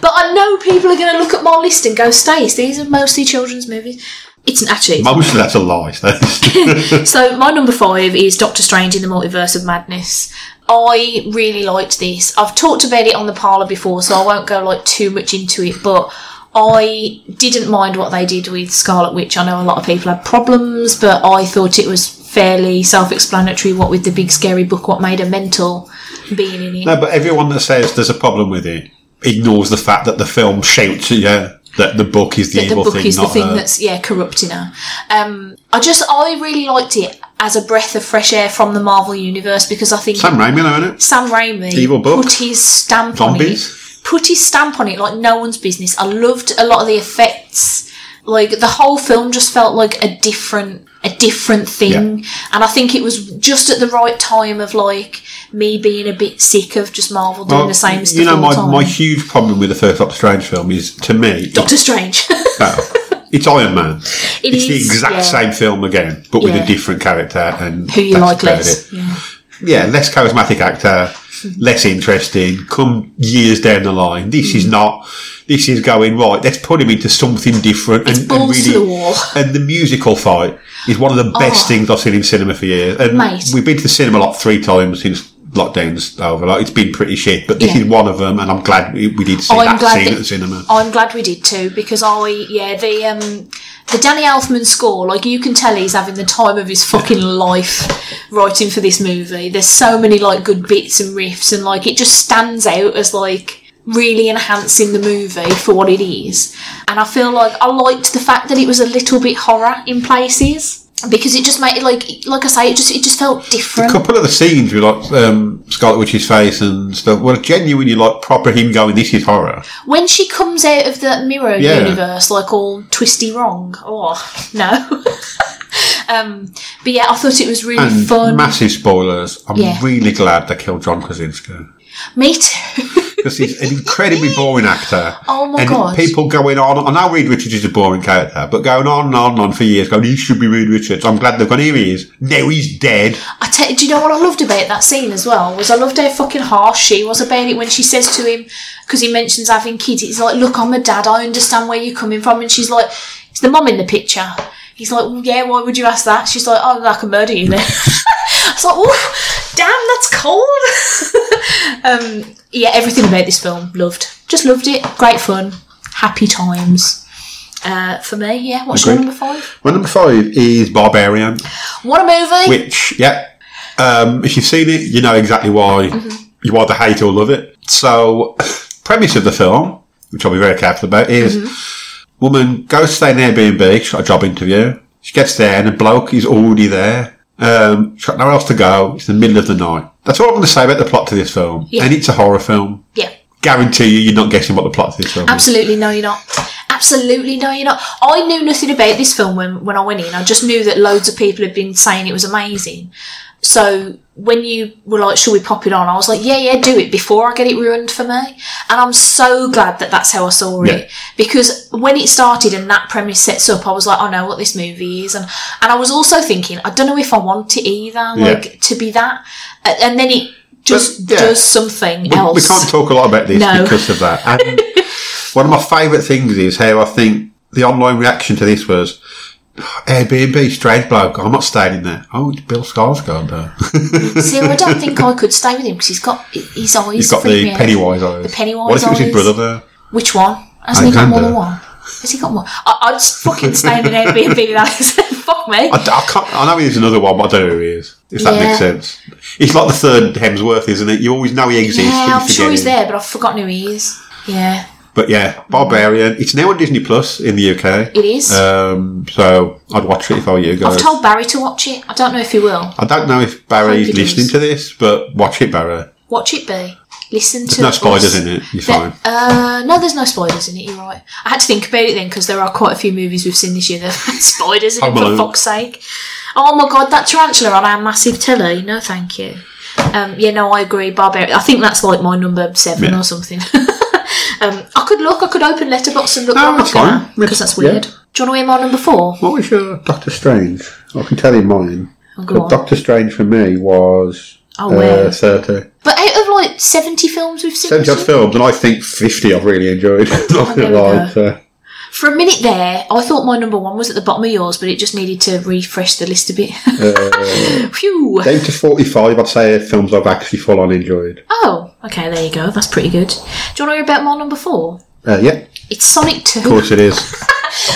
But I know people are going to look at my list and go, Stace, these are mostly children's movies. It's actually, it's
Mostly that's a lie. That's
so my number five is Doctor Strange in the Multiverse of Madness. I really liked this. I've talked about it on the parlor before, so I won't go like too much into it, but I didn't mind what they did with Scarlet Witch. I know a lot of people had problems, but I thought it was fairly self-explanatory what with the big scary book what made her mental being in it.
No, but everyone that says there's a problem with it ignores the fact that the film shouts at you that the book is the
the
evil
book
thing,
is the
not
thing
her.
that's yeah corrupting her. Um, I just I really liked it as a breath of fresh air from the Marvel universe because I think
Sam Raimi, though, isn't it?
Sam Raimi
Evil book.
put his stamp
Zombies.
on it. Put his stamp on it like no one's business. I loved a lot of the effects. Like the whole film just felt like a different a different thing. And I think it was just at the right time of like me being a bit sick of just Marvel doing
Well,
the same stuff.
you know,
all
my,
the time.
my huge problem with the first Doctor Strange film is, to me,
Doctor Strange.
Oh, it's Iron Man.
It
it's the
is,
exact
yeah.
same film again, but with
Yeah.
a different character and
Who you
that's
like
about
less.
it.
Yeah.
Yeah, less charismatic actor, less interesting. Come years down the line, this
Mm.
is not. This is going right. Let's put him into something different and, and
balls to
really.
the wall.
And the musical fight is one of the best
Oh.
things I've seen in cinema for years. And
Mate.
we've been to the cinema like three times since lockdown's over. Like it's been pretty shit, but this
Yeah. Oh,
is one of them, and I'm glad we, we did see
I'm
that
glad
scene
that-
at the cinema.
I'm glad we did too because I yeah the um the Danny Elfman score like you can tell he's having the time of his fucking life writing for this movie. There's so many like good bits and riffs and like it just stands out as like really enhancing the movie for what it is. And I feel like I liked the fact that it was a little bit horror in places because it just made it like like I say it just it just felt different.
couple of the scenes with like um, Scarlet Witch's face and stuff were genuinely like proper him going, "This is horror."
when she comes out of the mirror
Yeah.
universe, like all twisty wrong, oh no. um, but yeah, I thought it was really
And
fun.
massive spoilers. I'm
Yeah.
really glad they killed John Krasinski
Me too.
because he's an incredibly boring actor.
Oh my
and
God.
People going on. I know Reed Richards is a boring character, but going on and on and on for years, going, "He should be Reed Richards." I'm glad they've gone. Here he is. Now he's dead.
I te- do you know what I loved about that scene as well? Was I loved how fucking harsh she was about it when she says to him, because he mentions having kids, he's like, look, I'm a dad, I understand where you're coming from. And she's like, is the mum in the picture? He's like, well, yeah, why would you ask that? She's like, oh, I can murder you then. I was like, oh, damn, that's cold. um, yeah, everything about this film, loved. Just loved it. Great fun. Happy times. Uh, for me, yeah. What's your
Agreed.
number five?
My number five is Barbarian.
What a movie!
which yeah um, if you've seen it you know exactly why you either hate or love it so premise of the film which i'll be very careful about is woman goes to stay in airbnb she's got a job interview she gets there and a bloke is already there um, she's got nowhere else to go it's the middle of the night that's all i'm going to say about the plot to this film
Yeah.
and it's a horror film
yeah.
guarantee you you're not guessing what the plot to this film is
Absolutely no, you're not. Absolutely no, you're not. I knew nothing about this film when, when I went in. I just knew that loads of people had been saying it was amazing. So when you were like, "Should we pop it on?" I was like, "Yeah, yeah, do it before I get it ruined for me." And I'm so glad that that's how I saw it
Yeah.
because when it started and that premise sets up, I was like, "I know what this movie is," and and I was also thinking, I don't know if I want it either, like to be that. A- And then it just
yeah.
does something
we,
else.
we can't talk a lot about this
No.
because of that. And one of my favourite things is how I think the online reaction to this was Airbnb, strange bloke. I'm not staying in there. Oh, it's Bill Skarsgård there.
See, I don't think I could stay with him because he's got his eyes.
He's got
freak
the
me out.
Pennywise eyes. The
Pennywise
What if it was
eyes.
his brother there?
Which one? Hasn't he got more than
Alexander.
one? Has he got more? I, I'd just fucking stay in an Airbnb with Alex. Fuck me.
I, I can't, I know there's another one, but I don't know who he is. If that
Yeah.
makes sense. He's like the third Hemsworth, isn't it? You always know he exists. but you
yeah, I'm
forget
sure he's
him.
there, but I've forgotten who he is. Yeah,
But yeah, Barbarian. It's now on Disney Plus in the UK.
it is.
Um, so I'd watch it if I were you guys.
I've told Barry to watch it. I don't know if he will.
I don't know if Barry's
Hope he
listening
does.
to this, but watch it, Barry.
Watch it, be. Listen to
No
us.
spiders in it. You're
There-
fine.
uh, no, there's no spiders in it. You're right. I had to think about it then because there are quite a few movies we've seen this year that have spiders in it.
Home
For
Alone.
fuck's sake! Oh my god, that tarantula on our massive telly. No, thank you. Um, yeah, no, I agree. Barbarian. I think that's like my number seven
Yeah.
or something. um, I could look. I could open Letterbox and look.
No,
No,
it's fine.
because that's weird.
Yeah.
Do you want to hear my number four?
What was your Doctor Strange? I can tell you mine.
Oh, go on.
Doctor Strange for me was uh,
Oh, wow.
30.
But out of like seventy films we've seen,
70
this
odd
year-
films, and I think 50 I've really enjoyed. uh, Not
Oh, there
gonna
we
lie,
go.
so.
For a minute there, I thought my number one was at the bottom of yours, but it just needed to refresh the list a bit.
Uh.
Phew.
Down to 45, I'd say, are films I've actually full on enjoyed.
Oh, okay, there you go. That's pretty good. Do you want to hear about my number four?
Uh, yeah,
It's Sonic 2.
of course it is.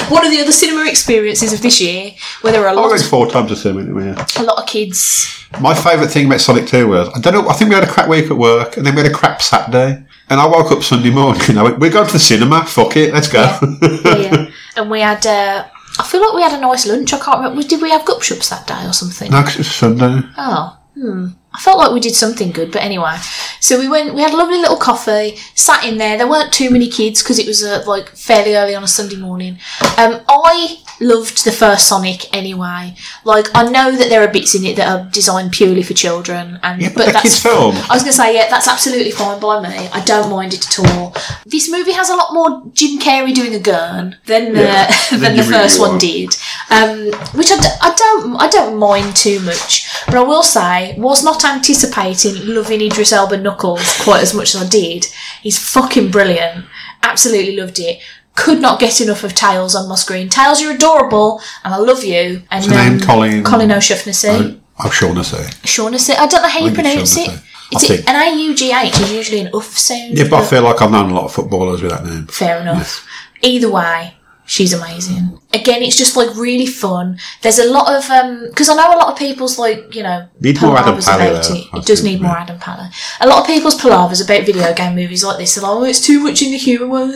One of the other cinema experiences of this year where there were a
I
lot,
went four times a cinema, didn't we? Yeah.
a lot of kids.
My favourite thing about Sonic 2 was, I don't know, I think we had a crap week at work, and then we had a crap Saturday. And I woke up Sunday morning and I went, we're going to the cinema, fuck it, let's go.
Yeah, yeah. and we had, uh, I feel like we had a nice lunch. I can't remember. Did we have gup shups that day or something?
no, 'cause it was Sunday.
Oh, hmm. I felt like we did something good, but anyway. So we went, we had a lovely little coffee, sat in there. There weren't too many kids because it was uh, like fairly early on a Sunday morning. Um, I loved the first Sonic anyway. Like, I know that there are bits in it that are designed purely for children, and
but they're kids' films.
I was going to say, yeah, that's absolutely fine by me. I don't mind it at all. This movie has a lot more Jim Carrey doing a gun than uh, the,
Yeah,
than,
than
the
you really
first one
want.
did, um, which I, d- I don't I don't mind too much. But I will say, was not anticipating loving Idris Elba Knuckles quite as much as I did. He's fucking brilliant. Absolutely loved it. Could not get enough of Tails on my screen. Tails, you're adorable, and I love you. And
her name? Oh. Colin-
Colin O'Shaughnessy.
I'm sure to say.
Shaughnessy. I don't know how you
think it's
pronounce it.
Shaughnessy. I
It's
think-
an A U G H is usually an uff sound.
Yeah, but I feel like I've known a lot of footballers with that name.
Fair enough. Either way, she's amazing. Again, it's just like really fun. There's a lot of um because I know a lot of people's like you know
Need more Adam
palavers
Pally
about
there,
it.
I
It does
think,
need more
yeah.
Adam Pally. A lot of people's palavers about video game movies like this are like, oh, it's too much in the human world.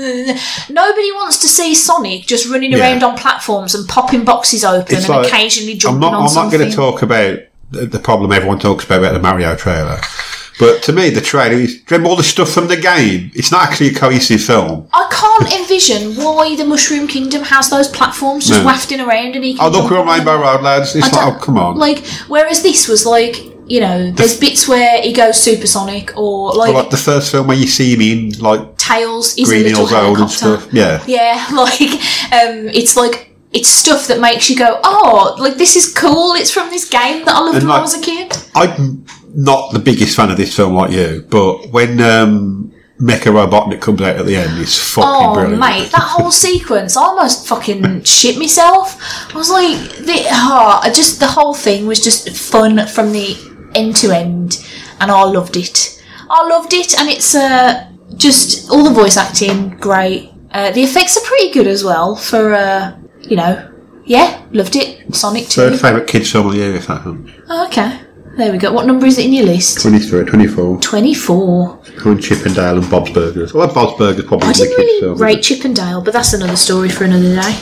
Nobody wants to see Sonic just running around on platforms and popping boxes open
It's
and
like-
occasionally
I'm
jumping
not.
on
I'm not
something.
going to talk about the, the problem everyone talks about about the Mario trailer. But to me, the trailer is do you remember all the stuff from the game. It's not actually a cohesive film.
I can't envision why the Mushroom Kingdom has those platforms just
No.
wafting around and he can.
Oh, look,
jump
we're on
on
Rainbow
them.
Road, lads. It's
I
like,
don't-
oh, come on.
Like, whereas this was like, you know, there's bits where he goes supersonic or like,
Or like the first film where you see him in like
Tails is
Green
a little
Hills Road and
helicopter.
stuff. Yeah.
Yeah, like um, it's like it's stuff that makes you go, oh, like this is cool. It's from this game that I loved
And,
when I
like-
was a kid.
I'm not the biggest fan of this film like you, but when um, Mecha Robotnik comes out at the end, it's fucking
Oh,
brilliant.
mate, that whole sequence, I almost fucking shit myself. I was like, the, oh, I just the whole thing was just fun from the end to end, and I loved it. I loved it, and it's uh, just all the voice acting great. Uh, the effects are pretty good as well for uh, you know, yeah, loved it. Sonic
Third
Two.
favourite kids film of the year, if that happens.
Oh, okay, there we go. What number is it in your list?
23, 24.
Twenty-four.
Come and Chip and Dale and Bob's Burgers. Well, Bob's Burgers probably
I
the
didn't
kids
really
film.
rate Chippendale, but that's another story for another day.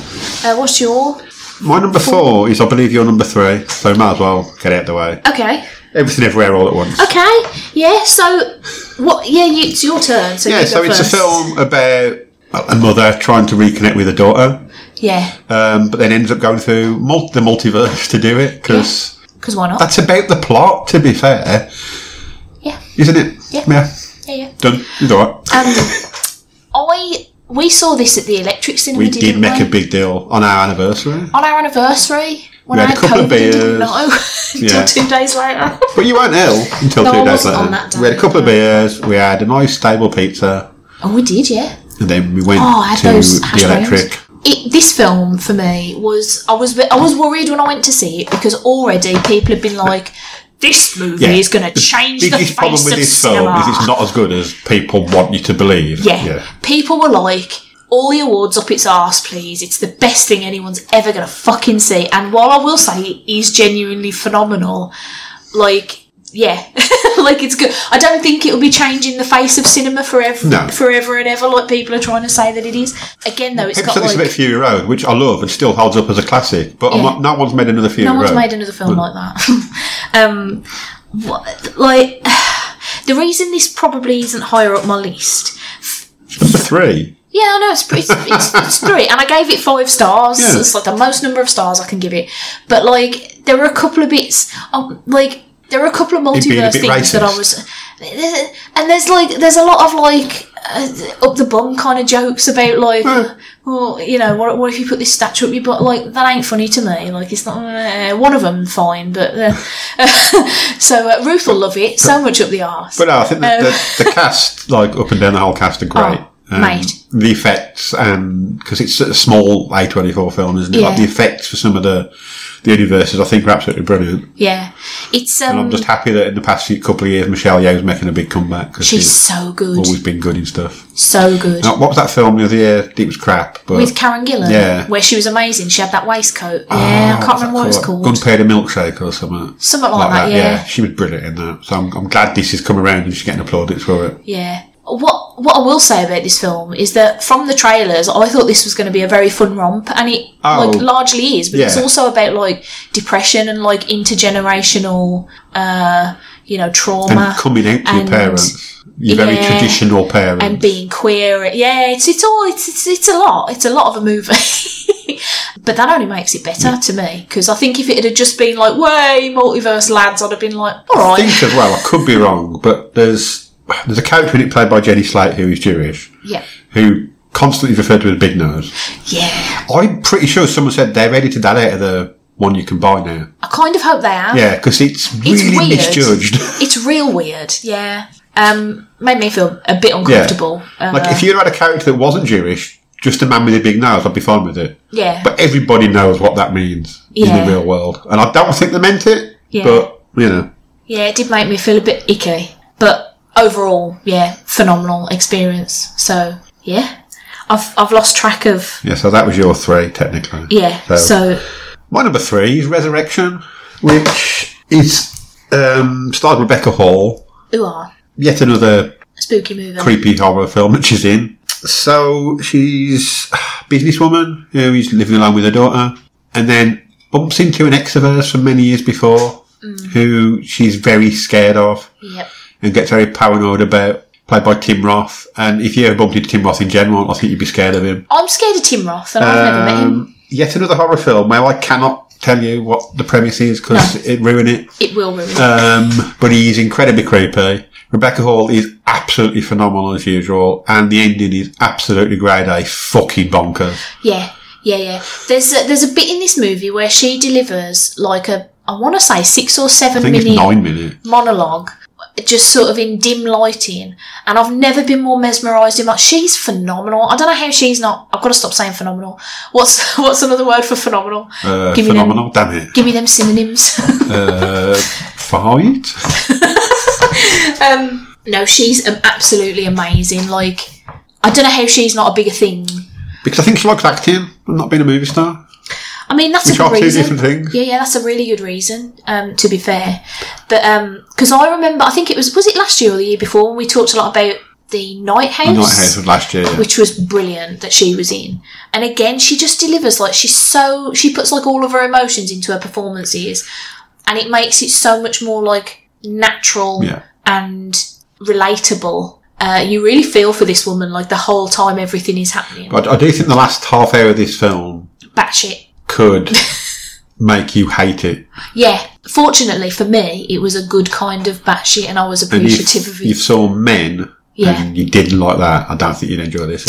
Uh, what's your
My number four is, I believe, your number three, so might as well get out the way.
Okay.
Everything Everywhere All at Once.
Okay. Yeah. So, what? Yeah, you, it's your turn. So
Yeah,
you
so
go
it's
first.
a film about a mother trying to reconnect with her daughter,
Yeah.
um, but then ends up going through mul- the multiverse to do it, because
Because why not?
that's about the plot, to be fair,
Yeah.
isn't it?
Yeah.
Yeah.
Yeah. Yeah.
Done. It's alright.
Um, I we saw this at the Electric Cinema.
We
didn't
did make
we?
a big deal on our anniversary.
on our anniversary when
We
I
had a
had
couple
COVID.
of
Didn't
beers.
know
Yeah.
until two days later.
But you weren't ill until
No, I
two days
wasn't
later.
on that day.
We had a couple of beers, we had a nice stable pizza,
oh, we did. Yeah.
And then we went
Oh, I had
to
those hash
the electric.
browns. It, this film for me was I was I was worried when I went to see it because already people had been like, "This movie
Yeah.
is going to change the face
Biggest problem with
of
this
cinema."
film is it's not as good as people want you to believe.
Yeah. People were like, all the awards up its arse, please. It's the best thing anyone's ever going to fucking see. And while I will say it is genuinely phenomenal, like, yeah, like it's good. I don't think it'll be changing the face of cinema forever,
No.
forever and ever, like people are trying to say that it is. Again, though, it's got
People said it's about
like.
Fury Road, which I love and still holds up as a classic, but I'm
Yeah.
not, no one's made another Fury
No one's
Road.
made another film like that. um, what, like, the reason this probably isn't higher up my list
Number three.
Yeah, I know it's pretty, it's, it's great, and I gave it five stars.
Yeah.
It's like the most number of stars I can give it. But like, there were a couple of bits, um, like there were a couple of
being a
multiverse
bit
things that I
racist.
was, and there's like there's a lot of like uh, up the bum kind of jokes about like, well, you know, what, what if you put this statue up your butt? Like that ain't funny to me. Like it's not uh, one of them fine, but uh, so uh, Ruth will love it so much up the arse.
uh,
Oh,
But no, I think the, the, the cast, like up and down the whole cast, are great. Um,
Mate.
The effects, and because it's a small A24 film, isn't it? Like the
Yeah.
effects for some of the the universes, I think, are absolutely brilliant.
Yeah. It's
And I'm
um
just happy that in the past few couple of years, Michelle Yeoh's making a big comeback because
she's
she's
so good.
always been good in stuff.
So good.
Now, what was that film the other year? It was crap, but
With Karen Gillan,
Yeah.
where she was amazing. She had that waistcoat. Yeah, I
Oh,
can't remember what
what's
it's
that
called.
Gunpowder Milkshake or something.
Something like that, yeah.
She was brilliant in that. So I'm, I'm glad this has come around and she's getting applauded for it.
Yeah. What what I will say about this film is that from the trailers, I thought this was going to be a very fun romp, and it
Oh.
like largely is, but it's
Yeah.
also about like depression and like intergenerational, uh, you know,
And
trauma
coming out to your
and-
parents, your very
yeah.
traditional parents.
and being queer. Yeah, it's it's all it's it's, it's a lot. It's a lot of a movie. But that only makes it better to me because I think if it had just been like way multiverse lads, I'd have been like, all
I
right,
think as well, I could be wrong, but there's there's a character in it played by Jenny Slate who is Jewish,
yeah,
who constantly is referred to as Big Nose.
yeah.
I'm pretty sure someone said they're edited that out of the one you can buy now.
I kind of hope they are.
Yeah, because it's really
weird.
misjudged.
It's real weird, yeah. Um, made me feel a bit uncomfortable. Uh,
like, if you had a character that wasn't Jewish, just a man with a big nose, I'd be fine with it.
yeah,
But everybody knows what that means in
Yeah.
the real world. And I don't think they meant it,
Yeah.
but, you know.
yeah, it did make me feel a bit icky. But overall, yeah, phenomenal experience. So yeah, I've I've lost track of
Yeah, so that was your three, technically.
yeah.
So-
So,
My number three is Resurrection, which is um, starred Rebecca Hall,
ooh ah,
yet another
spooky movie.
creepy horror film that she's in. So she's a businesswoman who is living alone with her daughter, and then bumps into an ex of hers from many years before,
Mm.
who she's very scared of
Yep.
and gets very paranoid about. Played by Tim Roth, and if you ever bumped into Tim Roth in general, I think you'd be scared of him.
I'm scared of Tim Roth, and I've never met him.
Um, yet another horror film where I cannot tell you what the premise is because
No.
it ruin it.
It will ruin. it.
Um, but he's incredibly creepy. Rebecca Hall is absolutely phenomenal as usual, and the ending is absolutely grade A, fucking bonkers.
yeah, yeah, yeah. There's a, there's a bit in this movie where she delivers like a I want to say six or seven
I think it's
minute
nine minutes.
monologue, just sort of in dim lighting. And I've never been more mesmerised in my. She's phenomenal. I don't know how she's not. I've got to stop saying phenomenal. What's what's another word for phenomenal?
Uh,
Give me them-
phenomenal, damn it.
Give me them synonyms.
Uh, fight?
um, no, she's um, absolutely amazing. Like, I don't know how she's not a bigger thing.
Because I think she likes acting and not being a movie star.
I mean, that's
Which
a
are
good
two
reason.
different things.
Yeah, yeah, that's a really good reason. Um, to be fair, but um, because I remember, I think it was was it last year or the year before when we talked a lot about the Night House.
Not House of last year.
which was brilliant that she was in. And again, she just delivers like she's so she puts like all of her emotions into her performances, and it makes it so much more like natural
Yeah.
and relatable. Uh, you really feel for this woman like the whole time everything is happening.
But I do think the last half hour of this film
Batshit.
could make you hate it.
Yeah. Fortunately for me, it was a good kind of batshit, and I was
And
appreciative of
if you
it.
saw men
Yeah.
and you didn't like that, I don't think you'd enjoy this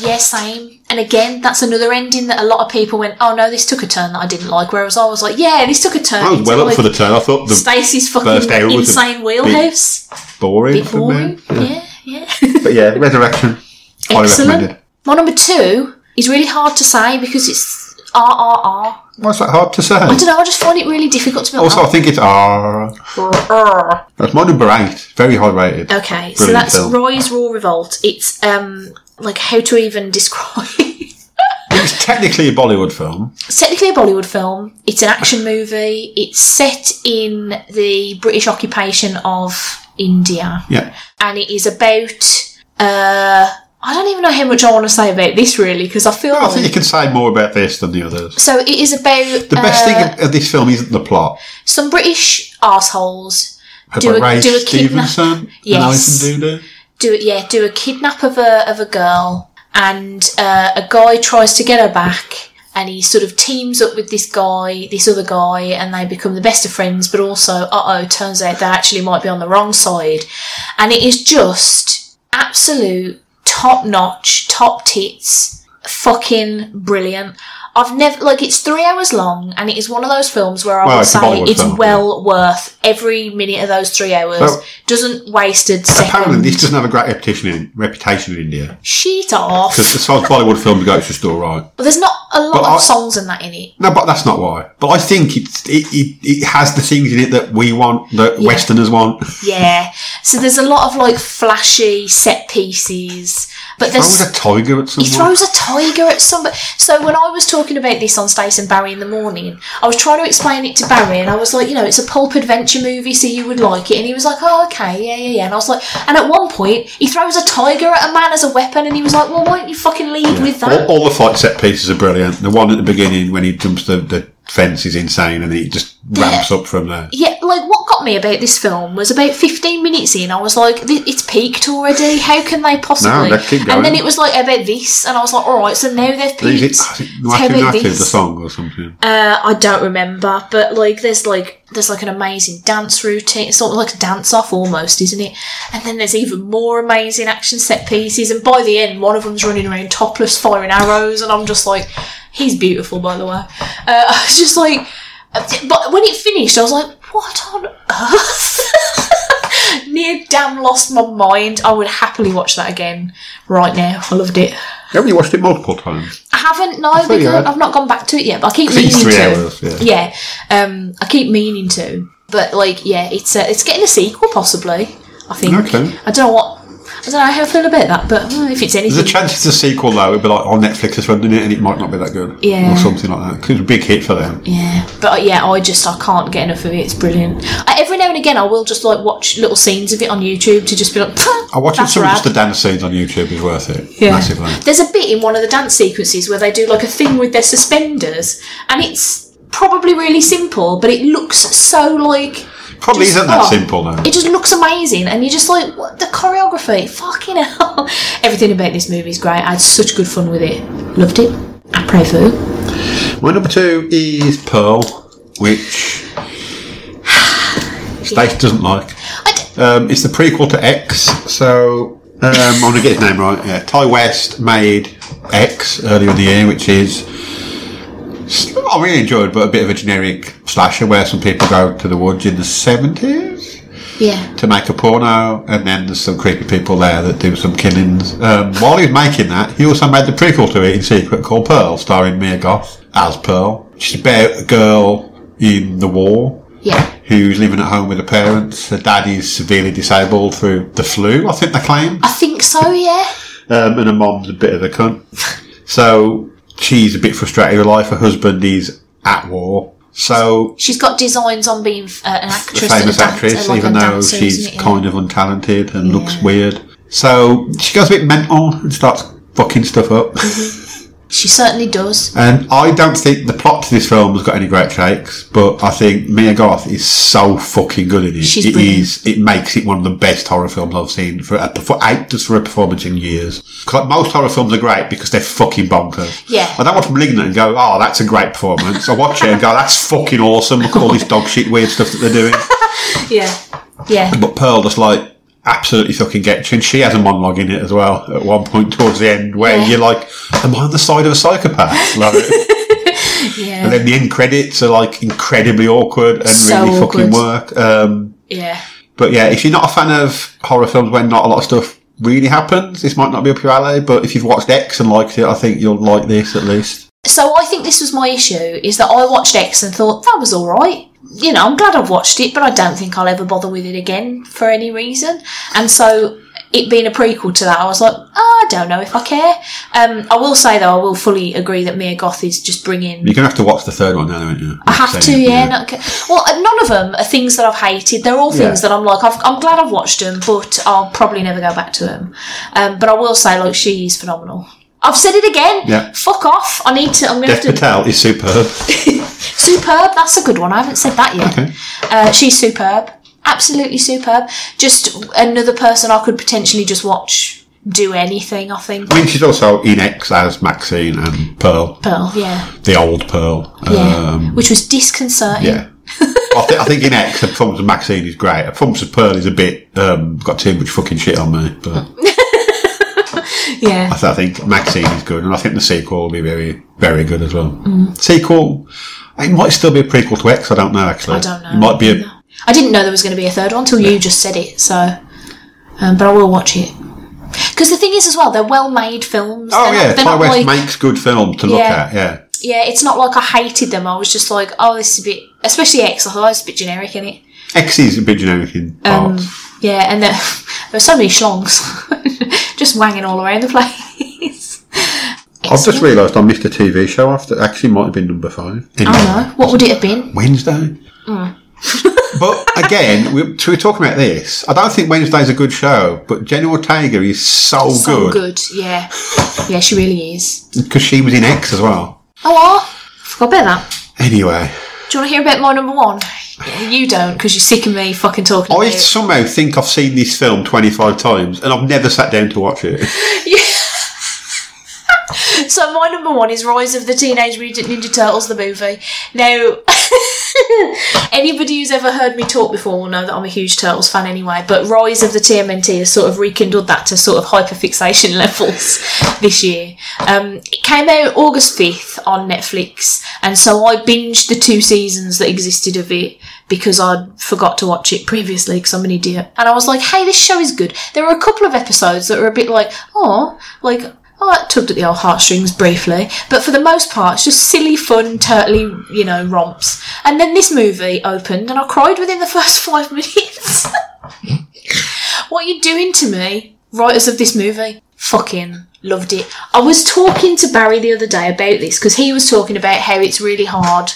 either.
Yeah, same. And again, that's another ending that a lot of people went, "Oh no, this took a turn that I didn't like." Whereas I was like, "Yeah, this took a turn."
I was
into,
well up
like,
for the turn. I thought the
Stacey's
First
fucking
hour was a
insane wheelhouse.
boring, for
Boring.
men.
Yeah, yeah.
But yeah, Resurrection. highly
Excellent.
recommended.
My number two is really hard to say because it's RRR.
Why's that hard to say?
I don't know, I just find it really difficult to be
Also, I think it's R.
like,
That's my number eight. Very high rated.
Okay, so
Brilliant
that's
film.
Roy's Raw Revolt. It's, um, like, how to even describe
It's technically a Bollywood film.
It's technically a Bollywood film. It's an action movie. It's set in the British occupation of India.
Yeah.
and it is about uh I don't even know how much I want to say about this really because I feel
I think you
like
can say more about this than the others.
so it is about
The best
uh,
thing of this film isn't the plot.
some British assholes
Had
do
by
a-
Ray
do a kidnap-
Stevenson and
Yes.
Alison Dooley.
do it yeah do a kidnap of a of a girl and uh, a guy tries to get her back and he sort of teams up with this guy this other guy and they become the best of friends but also uh oh turns out they actually might be on the wrong side and it is just absolute top notch top tits fucking brilliant. I've never like it's three hours long, and it is one of those films where I
Well,
would
it's a
say
Bollywood
it's
film,
well worth every minute of those three hours.
So-
Doesn't wasted second.
Apparently, this doesn't have a great reputation in, reputation in India.
Sheet off.
Because as far as Bollywood films go, it's just all right.
But there's not a lot
But
of
I-
songs in that in it.
No, but that's not why. But I think it's, it, it, it has the things in it that we want, that Westerners want.
Yeah. So there's a lot of like flashy set pieces, but
I
there's
was a tiger at
He
someone.
throws a tiger at somebody. So when I was talking about this on Stace and Barry in the morning, I was trying to explain it to Barry, and I was like, you know, it's a pulp adventure movie, so you would like it. And he was like, oh, okay, yeah, yeah, yeah. And I was like, and at one point, he throws a tiger at a man as a weapon, and he was like, well, why don't you fucking lead with
All,
that?
all the fight set pieces are brilliant. The one at the beginning when he jumps the, the fence is insane and it just ramps up from there.
Yeah, like what got me about this film was about 15 minutes in, I was like, "Th- it's peaked already. How can they possibly?
let's keep
And then
going.
it was like about this, and I was like, all right, so now they've peaked.
Is it, I think,
So how
Natu
about
Natu, the
this?
song or something.
Uh, I don't remember, but like there's like there's like an amazing dance routine. It's sort of like a dance off almost, isn't it? And then there's even more amazing action set pieces. And by the end, one of them's running around topless, firing arrows, and I'm just like, he's beautiful, by the way. Uh, I was just like, but when it finished, I was like, what on earth? Near damn lost my mind. I would happily watch that again right now. I loved it.
Haven't you watched it multiple times?
I haven't no
thought you
because
had.
I've not gone back to it yet. But I keep
think
meaning
it's
to.
three hours,
yeah, um, I keep meaning to. But like, yeah, it's uh, it's getting a sequel possibly. I think.
Okay.
I don't know what. I don't know how I feel about that, but mm, if it's anything,
There's a chance it's a sequel though. It'd be like on Netflix or something, and it might not be that good.
Yeah.
Or something like that. 'Cause it's a big hit for them.
yeah. But uh, yeah, I just I can't get enough of it. It's brilliant. I, every now and again, I will just like watch little scenes of it on YouTube to just be like.
I watch it
That's
some of
rad.
just the dance scenes on YouTube is worth it.
Yeah.
Massively.
There's a bit in one of the dance sequences where they do like a thing with their suspenders, and it's probably really simple, but it looks so like
Probably
Just-
isn't that
oh,
simple though.
It just looks amazing, and you're just like, what the choreography? Fucking hell! Everything about this movie is great. I had such good fun with it. Loved it. I pray for you.
My number two is Pearl, which Stace doesn't like.
I d-
Um, it's the prequel to X, so um, I'm going to get his name right. Yeah, Ty West made X earlier in the year, which is I really enjoyed, but a bit of a generic slasher where some people go to the woods in the 70s
yeah.
to make a porno, and then there's some creepy people there that do some killings. Um, while he was making that, he also made the prequel to it in secret called Pearl, starring Mia Goth as Pearl. She's about a girl in the war
Yeah.
who's living at home with her parents. Her dad is severely disabled through the flu, I think they claim,
I think so. Yeah.
um, and her mom's a bit of a cunt. So she's a bit frustrated with life. Her husband is at war. So
She's got designs on being uh, an actress, and a
famous
dan-
actress,
uh, like
even
a
though
dancer,
she's
isn't it? Yeah.
kind of untalented and looks weird. So she goes a bit mental and starts fucking stuff up.
Mm-hmm. She certainly does.
and I don't think the plot to this film has got any great shakes, but I think Mia Goth is so fucking good in it.
She's
It
brilliant.
is- It makes it one of the best horror films I've seen for a, for eight just for a performance in years. 'Cause, like, most horror films are great because they're fucking bonkers.
Yeah.
I don't watch *Malignant* and go, "Oh, that's a great performance." I watch it and go, "That's fucking awesome." Look at all this dog shit, weird stuff that they're doing.
Yeah. Yeah.
But Pearl just like absolutely fucking gets you. And she has a monologue in it as well at one point towards the end where
Yeah.
you're like, Am I on the side of a psychopath? Like, and
Yeah.
then the end credits are like incredibly awkward and
So
really fucking
awkward.
work. Um,
Yeah.
but yeah, if you're not a fan of horror films where not a lot of stuff really happens, this might not be up your alley. But if you've watched X and liked it, I think you'll like this at least.
So I think this was my issue is that I watched X and thought that was all right. You know, I'm glad I've watched it, but I don't think I'll ever bother with it again for any reason. And so it being a prequel to that, I was like, oh, I don't know if I care. Um, I will say though, I will fully agree that Mia Goth is just bringing
You're going to have to watch the third one now, aren't you?
I have to, yeah. Not, ca- well, uh, none of them are things that I've hated. They're all things
Yeah.
that I'm like, I've, I'm glad I've watched them, but I'll probably never go back to them. Um, but I will say, like, she is phenomenal. I've said it again.
Yeah.
Fuck off. I need to. I'm going to
Dev
have to.
Patel is superb.
Superb. That's a good one. I haven't said that yet.
Okay.
Uh, she's superb. Absolutely superb. Just another person I could potentially just watch do anything. I think.
I mean, she's also in X as Maxine and Pearl.
Pearl. Yeah.
the old Pearl.
Yeah.
Um,
Which was disconcerting.
yeah. I, th- I think in X, the performance of Maxine is great. The performance of Pearl is a bit um, got too much fucking shit on me, but
yeah.
I, th- I think Maxine is good, and I think the sequel will be very, very good as well.
Mm.
Sequel, it might still be a prequel to X. I don't know actually.
I don't know.
It might be a.
I didn't know there was going to be a third one until you just said it. So, um, but I will watch it because the thing is, as well, they're well-made films.
Oh
they're
yeah,
not, they're
Far
not
West
like
makes good film to look
Yeah.
at. Yeah,
yeah, it's not like I hated them. I was just like, oh, this is a bit, especially X. I thought oh, it's a bit generic, isn't it?
X is a bit generic in
Um,
parts.
Yeah, and there, there were so many schlongs just wanging all around the place.
I've just realised I missed a TV show after. Actually, might have been number five.
I don't know. What would it have been?
Wednesday. but again, we, so we're talking about this. I don't think Wednesday's a good show, but Jenna Ortega is so,
So
good
good. Yeah. Yeah, she really is.
because she was in X as well.
Oh, ah, forgot about that.
Anyway,
Do you want to hear about my number one? Yeah, you don't, because you're sick of me fucking talking about
I
it.
somehow think I've seen this film 25 times and I've never sat down to watch it.
So my number one is Rise of the Teenage Mutant Ninja Turtles, the movie. Now, anybody who's ever heard me talk before will know that I'm a huge Turtles fan anyway, but Rise of the TMNT has sort of rekindled that to sort of hyperfixation levels this year. Um, it came out August 5th on Netflix, and so I binged the two seasons that existed of it because I forgot to watch it previously because I'm an idiot. And I was like, hey, this show is good. There were a couple of episodes that were a bit like, oh, like, Oh, that tugged at the old heartstrings briefly, but for the most part, it's just silly, fun, turtly, you know, romps. And then this movie opened, and I cried within the first five minutes. what are you doing to me, writers of this movie? Fucking loved it. I was talking to Barry the other day about this because he was talking about how it's really hard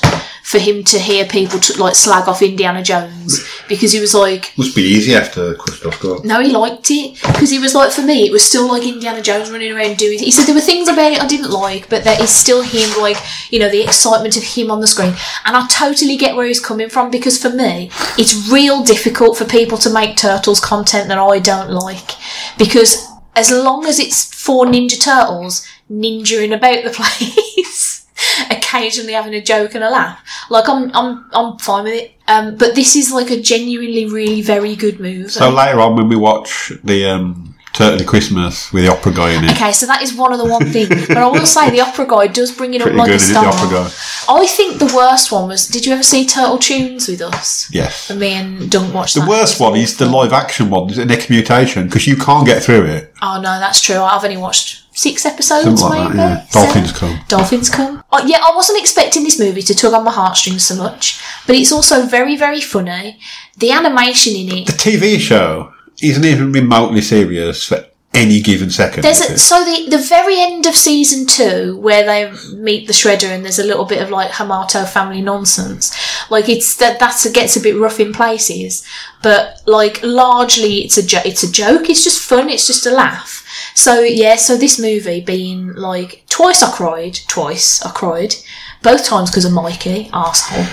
for him to hear people t- like slag off Indiana Jones because he was like,
Must be easy after Christoph Gott.
no, he liked it because he was like, for me, it was still like Indiana Jones running around doing. He said there were things about it I didn't like, but that is still him, like you know, the excitement of him on the screen. And I totally get where he's coming from because for me, it's real difficult for people to make turtles content that I don't like because as long as it's for Ninja Turtles ninjaing about the place, occasionally having a joke and a laugh, like I'm I'm I'm fine with it. Um, but this is like a genuinely really very good move.
So later on, when we watch the um, Turtle at Christmas with the opera guy in it,
Okay, so that is one of the one thing. but I will say the opera guy does bring it up
pretty
like
good
a
in it,
star.
the opera guy.
I think the worst one was. Did you ever see Turtle Tunes with us?
Yes.
Me and Dunk watched
The
that.
worst one is the live action one, the next mutation, because you can't get through it.
Oh no, that's true. I've only watched six episodes,
Something like
maybe.
that, yeah. Dolphins
seven.
Come.
Dolphins come. Oh, yeah, I wasn't expecting this movie to tug on my heartstrings so much, but it's also very, very funny. The animation in it
The TV show isn't even remotely serious for any given second.
There's
is
a,
it?
so the the very end of season two where they meet the Shredder and there's a little bit of like Hamato family nonsense. Like it's that that gets a bit rough in places, but like largely it's a jo- it's a joke. It's just fun. It's just a laugh. So yeah, so this movie being like twice I cried, twice I cried, both times because of Mikey asshole.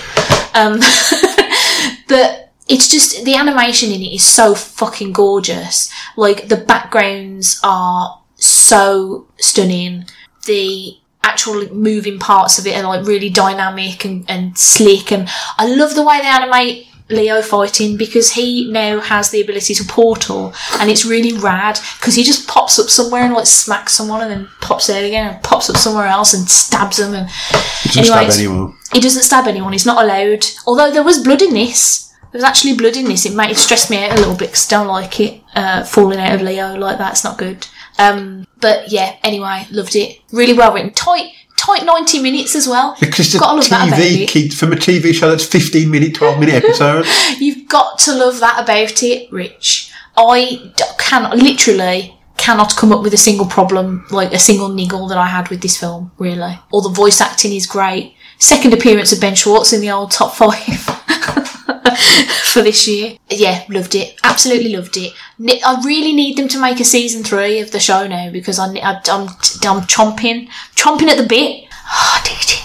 Um, but it's just the animation in it is so fucking gorgeous. Like the backgrounds are so stunning. The actual moving parts of it are like really dynamic and, and slick and I love the way they animate Leo fighting because he now has the ability to portal and it's really rad because he just pops up somewhere and like smacks someone and then pops out again and pops up somewhere else and stabs them and
Doesn't stab
anyways-
anyone.
he doesn't stab anyone. He's not allowed. Although there was blood in this. There was actually blood in this. It might have stressed me out a little bit because I don't like it. Uh, falling out of Leo like that's not good. Um, but yeah, anyway, loved it. Really well written. Tight, tight 90 minutes as well.
Because the
Gotta love that about
TV
it.
kid, from a TV show that's 15 minute, 12 minute episode.
You've got to love that about it, Rich. I d- can literally cannot come up with a single problem, like a single niggle that I had with this film, really. All the voice acting is great. Second appearance of Ben Schwartz in the old top five for this year. Yeah, loved it. Absolutely loved it. Ne- I really need them to make a season three of the show now because I, ne- I, I'm, I'm chomping, chomping at the bit. Oh, did it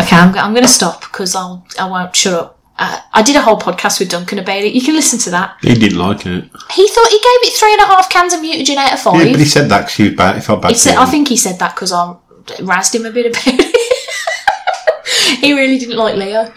okay, I'm, go- I'm going to stop because I'll I won't shut up. Uh, I did a whole podcast with Duncan about it. You can listen to that.
he didn't like it.
He thought he gave it three and a half cans of mutagen out of
Yeah,
five.
but he said that because he was bad. He felt bad.
He said,
for
I
him.
think he said that because I razzed him a bit about it. he really didn't like Leo.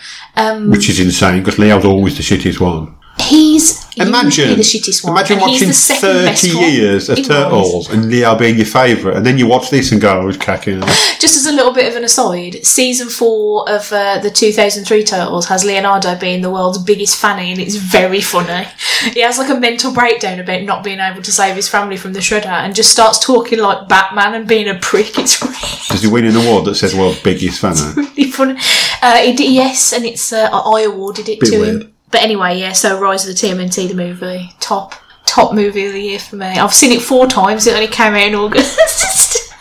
Which is insane because Leo's always the shittiest one.
He's
Imagine,
he's the shittiest one.
imagine
and he's
watching
the second best
thirty
one.
years of
He was.
Turtles and Neo being your favourite, and then you watch this and go, "I was cracking." up."
Just as a little bit of an aside, season four of uh, the 2003 Turtles has Leonardo being the world's biggest fanny, and it's very funny. He has like a mental breakdown about not being able to save his family from the shredder, and just starts talking like Batman and being a prick. It's really,
Does he win an award that says "World's Biggest Fan"?
really funny. Uh, he did, yes, and it's uh, I I awarded it
Bit
to
weird.
him. But anyway, yeah. So Rise of the TMNT, the movie, top top movie of the year for me. I've seen it four times. It only came out in August.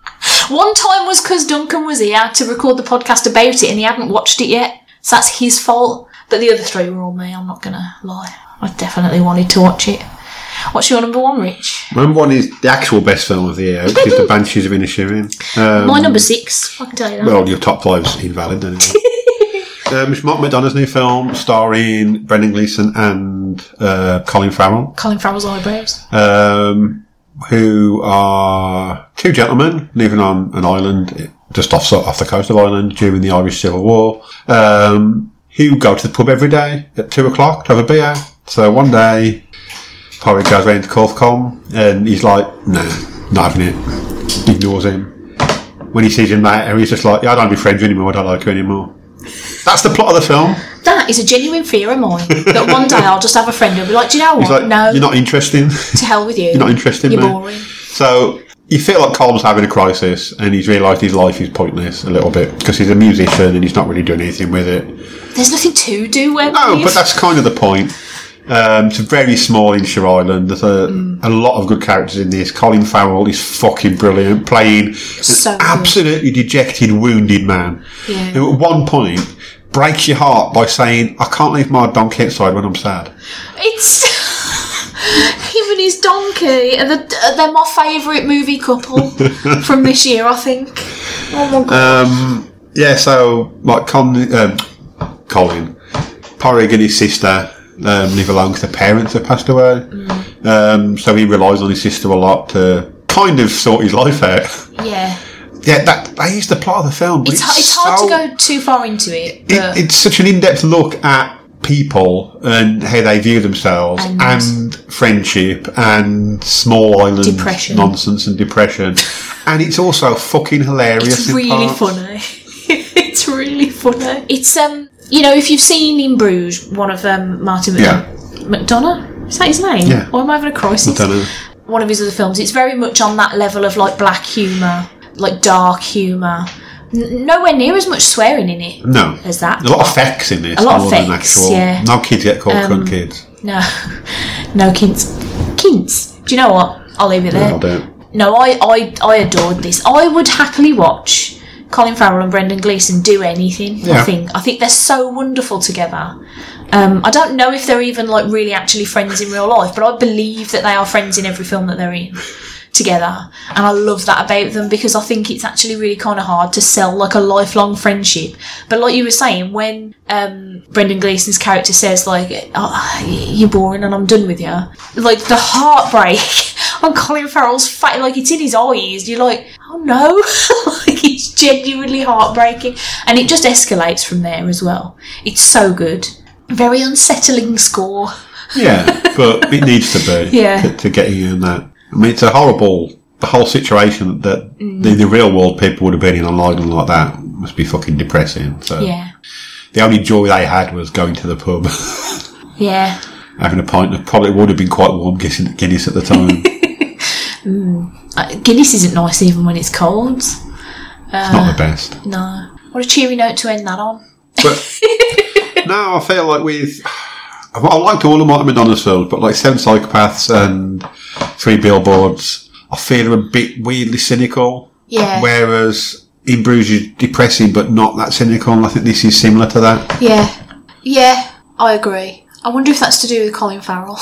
One time was because Duncan was here to record the podcast about it and he hadn't watched it yet. So that's his fault. But the other three were all me, I'm not going to lie. I definitely wanted to watch it. What's your number one, Rich?
Remember one is the actual best film of the year, which is The Banshees of Inisherin. Um,
My number six, I can tell you that.
well, your top five's invalid anyway. um, it's Mark McDonough's new film starring Brendan Gleeson and uh, Colin Farrell.
Colin Farrell's eyebrows.
um, who are two gentlemen living on an island just off off the coast of Ireland during the Irish Civil War, um, who go to the pub every day at two o'clock to have a beer. So one day, Porrick goes round to Corthcom and he's like, "Nah, not having it." Ignores him. When he sees him later, he's just like, "Yeah, I don't be friends anymore. I don't like you anymore." That's the plot of the film.
That is a genuine fear of mine that one day I'll just have a friend who'll be like, do you know what?
He's like,
no,
"You're not interesting."
to hell with you.
You're not interested,
You're
mate.
boring.
So you feel like Cole's having a crisis, and he's realised his life is pointless a little bit because he's a musician and he's not really doing anything with it.
There's nothing to do um, where
No,
we
but that's kind of the point. Um, it's very small Inshire Island. There's a, a lot of good characters in this. Colin Farrell is fucking brilliant, playing
So
an
good.
absolutely dejected, wounded man.
Yeah.
Who at one point breaks your heart by saying, "I can't leave my donkey outside when I'm sad."
It's him and his donkey. Are the, are they're my favourite movie couple from this year, I think. Oh my god.
Um, yeah, so like Con, um, Colin, Porrig and his sister um, live alone because their parents have passed away.
Mm.
Um, so he relies on his sister a lot to kind of sort his life out.
yeah,
yeah, that that is the plot of the film. but
it's, ha- it's hard
so-
to go too far into it, but
It, it's such an in-depth look at people and how they view themselves
And-
and, friendship and small island
Depression.
nonsense and depression. And it's also fucking hilarious.
it's
in
really
parts.
funny. it's really funny. It's um, you know, if you've seen in Bruges, one of um, Martin
Yeah.
McDonagh. McDonough. Is that his name?
Yeah.
Or am I having a crisis?
Don't know.
one of his other films. It's very much on that level of like black humour, like dark humour. N- nowhere near as much swearing in it
No.
as that.
A lot of facts in this.
A lot of
more than
facts,
actual.
yeah. Um,
No kids get called cunt kids.
No, no kints. Kints. Do you know what? I'll leave it there.
I don't.
No, I, I, I adored this. I would happily watch Colin Farrell and Brendan Gleeson do anything. I
Yeah.
think I think they're so wonderful together. Um, I don't know if they're even like really actually friends in real life, but I believe that they are friends in every film that they're in together, and I love that about them because I think it's actually really kind of hard to sell like a lifelong friendship. But like you were saying, when um, Brendan Gleeson's character says like oh, "You're boring and I'm done with you," like the heartbreak on Colin Farrell's face, like it's in his eyes. You're like, "Oh no!" like it's genuinely heartbreaking, and it just escalates from there as well. It's so good. Very unsettling score.
Yeah, but it needs to be
Yeah.
to, to get you in that. I mean, it's a horrible, the whole situation that
Mm.
the, the real world people would have been in on London like that must be fucking depressing. So
Yeah,
the only joy they had was going to the pub,
yeah.
having a pint that probably would have been quite warm guessing Guinness at the time. it's
Uh, Guinness isn't nice even when it's cold.
not the best.
No. What a cheery note to end that on.
But no, I feel like with I I liked all of Martin Madonna's films, but like Seven Psychopaths and Three Billboards, I feel are a bit weirdly cynical.
Yeah.
Whereas in Bruges is depressing but not that cynical, and I think this is similar to that.
Yeah. Yeah, I agree. I wonder if that's to do with Colin Farrell.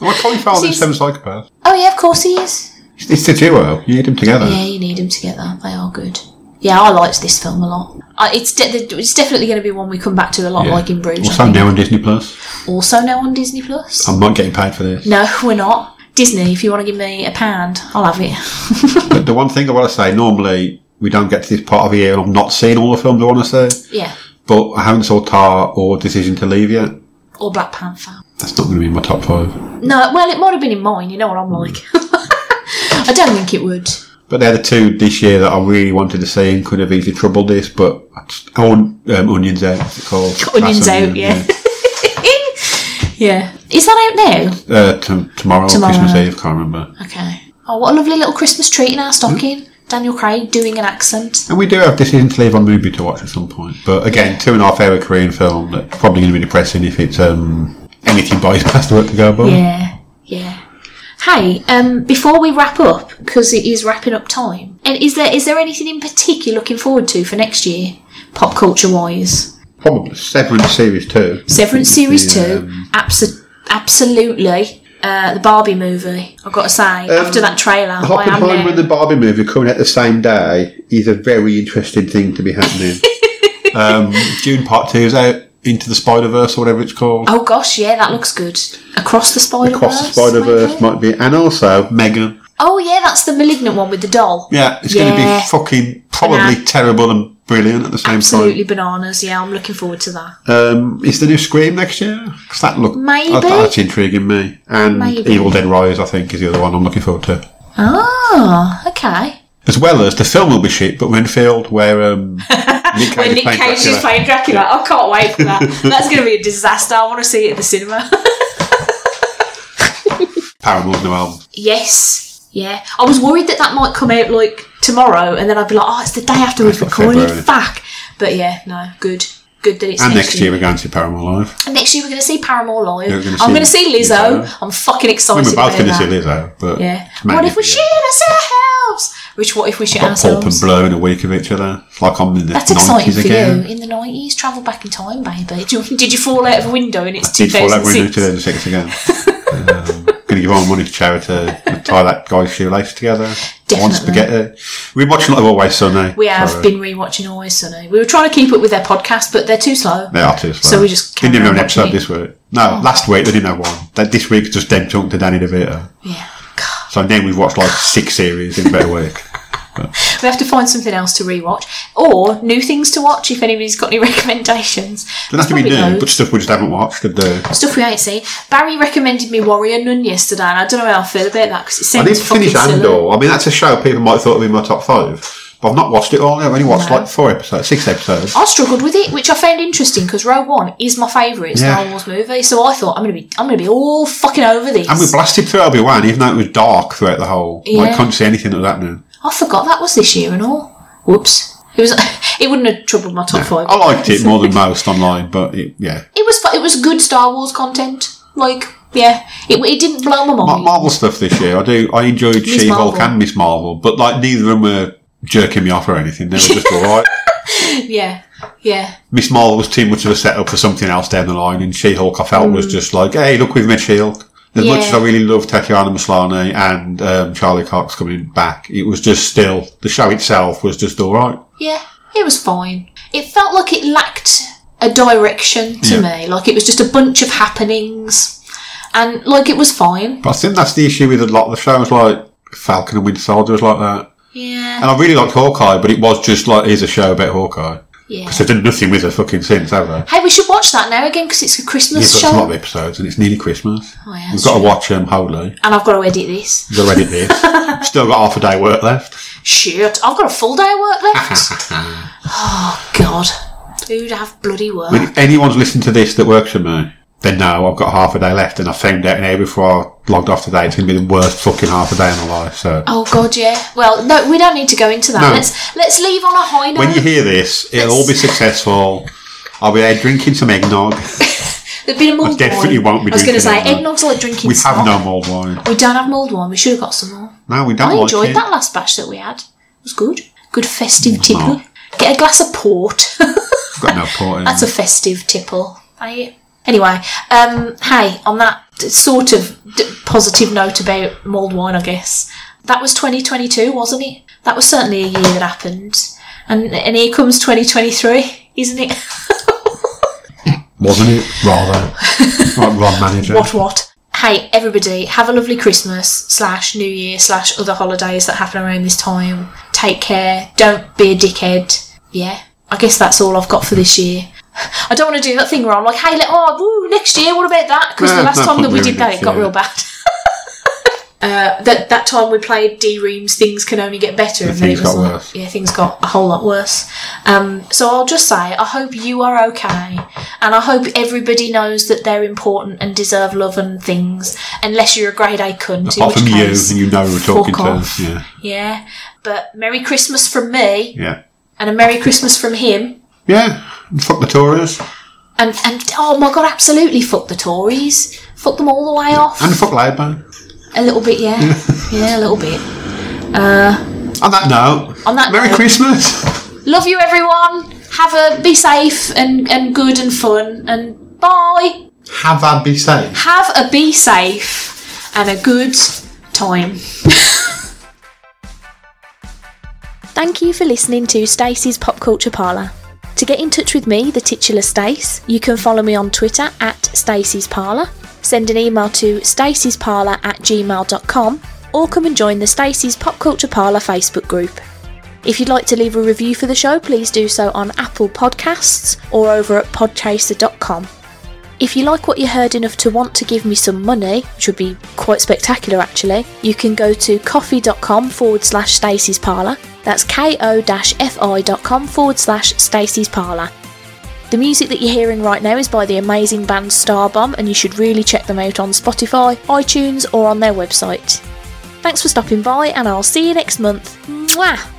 Well, Colin Farrell in
Seems-
Seven Psychopaths.
oh, yeah, of course he is.
It's, it's the duo. You need them together.
Yeah, you need them together. They are good. Yeah, I liked this film a lot. I, it's de- it's definitely going to be one we come back to a lot,
Yeah.
like in Bruges.
Also
I think.
now on Um, Disney Plus.
also now on Disney Plus.
I'm not getting paid for this.
no, we're not. Disney, if you want to give me a pound, I'll have it.
but the one thing I want to say, normally we don't get to this part of the year, and I've not seen all the films I want to see.
yeah.
But I haven't saw Tar or Decision to Leave yet.
or Black Panther.
That's not going to be in my top five.
No, well, it might have been in mine. You know what I'm like. I don't think it would.
But they're the two this year that I really wanted to see and could have easily troubled this, but I just- I want um, Onions Out, it's called.
Onions
That's
out,
Onion,
yeah. yeah. Is that out now?
yeah. Uh, t- tomorrow,
Tomorrow.
Christmas Eve, can't remember.
Okay. Oh, what a lovely little Christmas treat in our stocking. Daniel Craig doing an accent.
And we do have Decision to Leave on movie to watch at some point. But again, two and a half hour Korean film that's probably going to be depressing if it's um, anything by his past work to go by.
Yeah. Yeah. Hey, um, before we wrap up, because it is wrapping up time, and is there is there anything in particular you're looking forward to for next year, pop culture wise?
Probably Severance Series 2.
Severance Series
Yeah,
Two, abso- absolutely. Uh, the Barbie movie. I've got to say, after that trailer, I am
Oppenheimer
now.
and Um, the Barbie movie coming out the same day is a very interesting thing to be happening. um, June Part 2 is out. Into the Spider Verse, or whatever it's called.
Oh gosh, yeah, that looks good. Across the Spider
Across the
Verse.
Spider Verse might be, and also Megan.
Oh yeah, that's the malignant one with the doll.
Yeah, it's going to
Yeah.
be fucking probably
Nah.
terrible and brilliant at the same
Absolutely bananas. Yeah, I'm looking forward to that.
time. Um, is the new Scream next year? 'Cause that look
Maybe.
that- that's intriguing me. And
Maybe.
Evil Dead Rise, I think, is the other one I'm looking forward to.
Ah, okay.
As well as the film will be shit, but Renfield, where um, Nick Cage,
When
is
Nick
playing
Cage is
Dracula.
playing Dracula, I can't wait for that. That's going to be a disaster. I want to see it at the cinema.
Paramore's new album.
yes, yeah. I was worried that that might come out like tomorrow, and then I'd be like, oh, it's the day after we've
That's
recorded.
February.
Fuck. But yeah, no, good. Good that it's
And next year we're going to see Paramore live.
And next year we're going to see Paramore live.
Yeah, we're gonna
I'm
see
going to see Lizzo.
Lizzo.
I'm fucking
I
excited.
mean, we're both
about
going to
that.
see Lizzo, but
Yeah.
it's
What
mainly-
if we shit ourselves? Which what if we shit
got pulp and
ourselves?
blow in a week of each other? It's like I'm in the
That's
90s
exciting for
again.
you. In the nineties, travel back in time, baby. Did you, did you fall out of a window and it's two
did fall out
thousand
window
six?
2006 again. um, going to give all my money to charity and tie that guy's shoelace together. I want
Definitely.
spaghetti. We're watching a lot of Always Sunny.
We have
so,
been rewatching Always Sunny. We were trying to keep up with their podcast, but they're too slow.
They are too slow.
So we just
They
carry
didn't have
on
an
watching
episode
it.
this week. No, last week they didn't have one. That This week just dead chunk to Danny DeVito.
Yeah. God.
So then we've watched like six series in about a week.
We have to find something else to rewatch or new things to watch. If anybody's got any recommendations,
Doesn't have to be
Probably
new,
loads.
but stuff we just haven't watched could do.
stuff we ain't seen. Barry recommended me Warrior Nun yesterday, and I don't know how I feel about that because it
I need
sounds
to finish
fucking silly.
Andor. I mean, that's a show people might have thought would be in my top five. But I've not watched it all. I've only watched
No.
like four episodes, six episodes.
I struggled with it, which I found interesting because Rogue One is my favourite Star
Yeah.
Wars movie. So I thought I'm gonna be I'm gonna be all fucking over this.
And we blasted through Obi Wan, even though it was dark throughout the whole. Like,
Yeah.
couldn't see anything that was happening.
I forgot that was this year and all. Whoops. It was. It wouldn't have troubled my top five.
I liked it more than most online, but it, yeah.
It was. fu- It was good Star Wars content. Like yeah, it, it didn't blow my
Mar-
mind.
Marvel stuff this year, I do. I enjoyed
Mm. Miss
She Hulk
Marvel.
and Miss Marvel, but like neither of them were jerking me off or anything. They were just alright.
Yeah, yeah.
Miss Marvel was too much of a setup for something else down the line, and She Hulk I felt was just like, hey, look, we've met She Hulk. As
Mm.
much
Yeah.
as I really love Tatiana Maslany and um, Charlie Cox coming back, it was just still the show itself was just all right.
Yeah, it was fine. It felt like it lacked a direction to
Yeah.
me. Like it was just a bunch of happenings, and like it was fine.
But I think that's the issue with a lot of the shows, like Falcon and Winter Soldier was like that.
Yeah,
And I really liked Hawkeye, but it was just like here's a show about Hawkeye.
yeah.
Because they've done nothing with her fucking since, have they?
Hey, we should watch that now again because it's a Christmas
We've got a lot
show,
of episodes, and it's nearly Christmas.
Oh, yeah,
We've
that's
got to watch um, Holy.
and I've got to edit this.
We've got to edit this. Still got half a day work left.
Shit, I've got a full day of work left. oh God, who'd have bloody work?
But if anyone's listened to this that works for me, then no, I've got half a day left, and I found out an hour before I logged off today. It's going to be the worst fucking half a day in my life. So
Oh God, yeah. Well, no, we don't need to go into that.
No.
Let's let's leave on a high note.
when you hear this, it'll all be successful. I'll be there drinking some eggnog.
There'd been a mulled
definitely
wine.
won't be
I was going to say
drinking that.
eggnog's like drinking.
We have
snot.
no more wine.
We don't have mulled wine. We should have got some more.
No, we don't
I
like
enjoyed
it.
that last batch that we had. It was good. Good festive tipple. Get a glass of port.
I've got no port in
That's
it.
a festive tipple. I, anyway, um, hey, on that d- sort of d- positive note about mulled wine, I guess that was 2022, wasn't it? That was certainly a year that happened, and and here comes 2023, isn't it?
Wasn't it? Rather. like Ron Manager.
What what? Hey everybody, have a lovely Christmas slash New Year slash other holidays that happen around this time. Take care. Don't be a dickhead. Yeah, I guess that's all I've got for this year. I don't want to do that thing where I'm like, hey, let, oh, woo, next year, what about that? Because
Yeah,
the last
that's
time
not
that we
really
did that, it got
fair.
real bad. uh, that that time we played D Reams, things can only get better, and then it
things
was
got
like,
worse.
yeah, things got a whole lot worse. Um, so I'll just say, I hope you are okay, and I hope everybody knows that they're important and deserve love and things, unless you're a grade A cunt. in
Apart
which
from you,
case,
and you know we're talking
fuck off.
to. Yeah,
Yeah, but Merry Christmas from me,
yeah,
and a Merry Christmas from him.
yeah. and Fuck the Tories
And and oh my god, absolutely fuck the Tories. Fuck them all the way off.
and fuck Labour.
A little bit, yeah. yeah, a little bit.
On that note,
On that
Merry
note-
Christmas.
Love you everyone. Have a be safe and, and good and fun and bye.
Have I be safe.
Have a be safe and a good time. Thank you for listening to Stacey's Pop Culture Parlour. To get in touch with me, the titular Stace, you can follow me on Twitter at Stacey's Parlour, send an email to stacey'sparlour at gmail.com, or come and join the Stacey's Pop Culture Parlour Facebook group. If you'd like to leave a review for the show, please do so on Apple Podcasts or over at podchaser.com. If you like what you heard enough to want to give me some money, which would be quite spectacular actually, you can go to coffee.com forward slash Stacey's Parlour. That's ko fi.com forward slash Stacey's Parlour. The music that you're hearing right now is by the amazing band Starbomb, and you should really check them out on Spotify, iTunes, or on their website. Thanks for stopping by, and I'll see you next month. Mwah!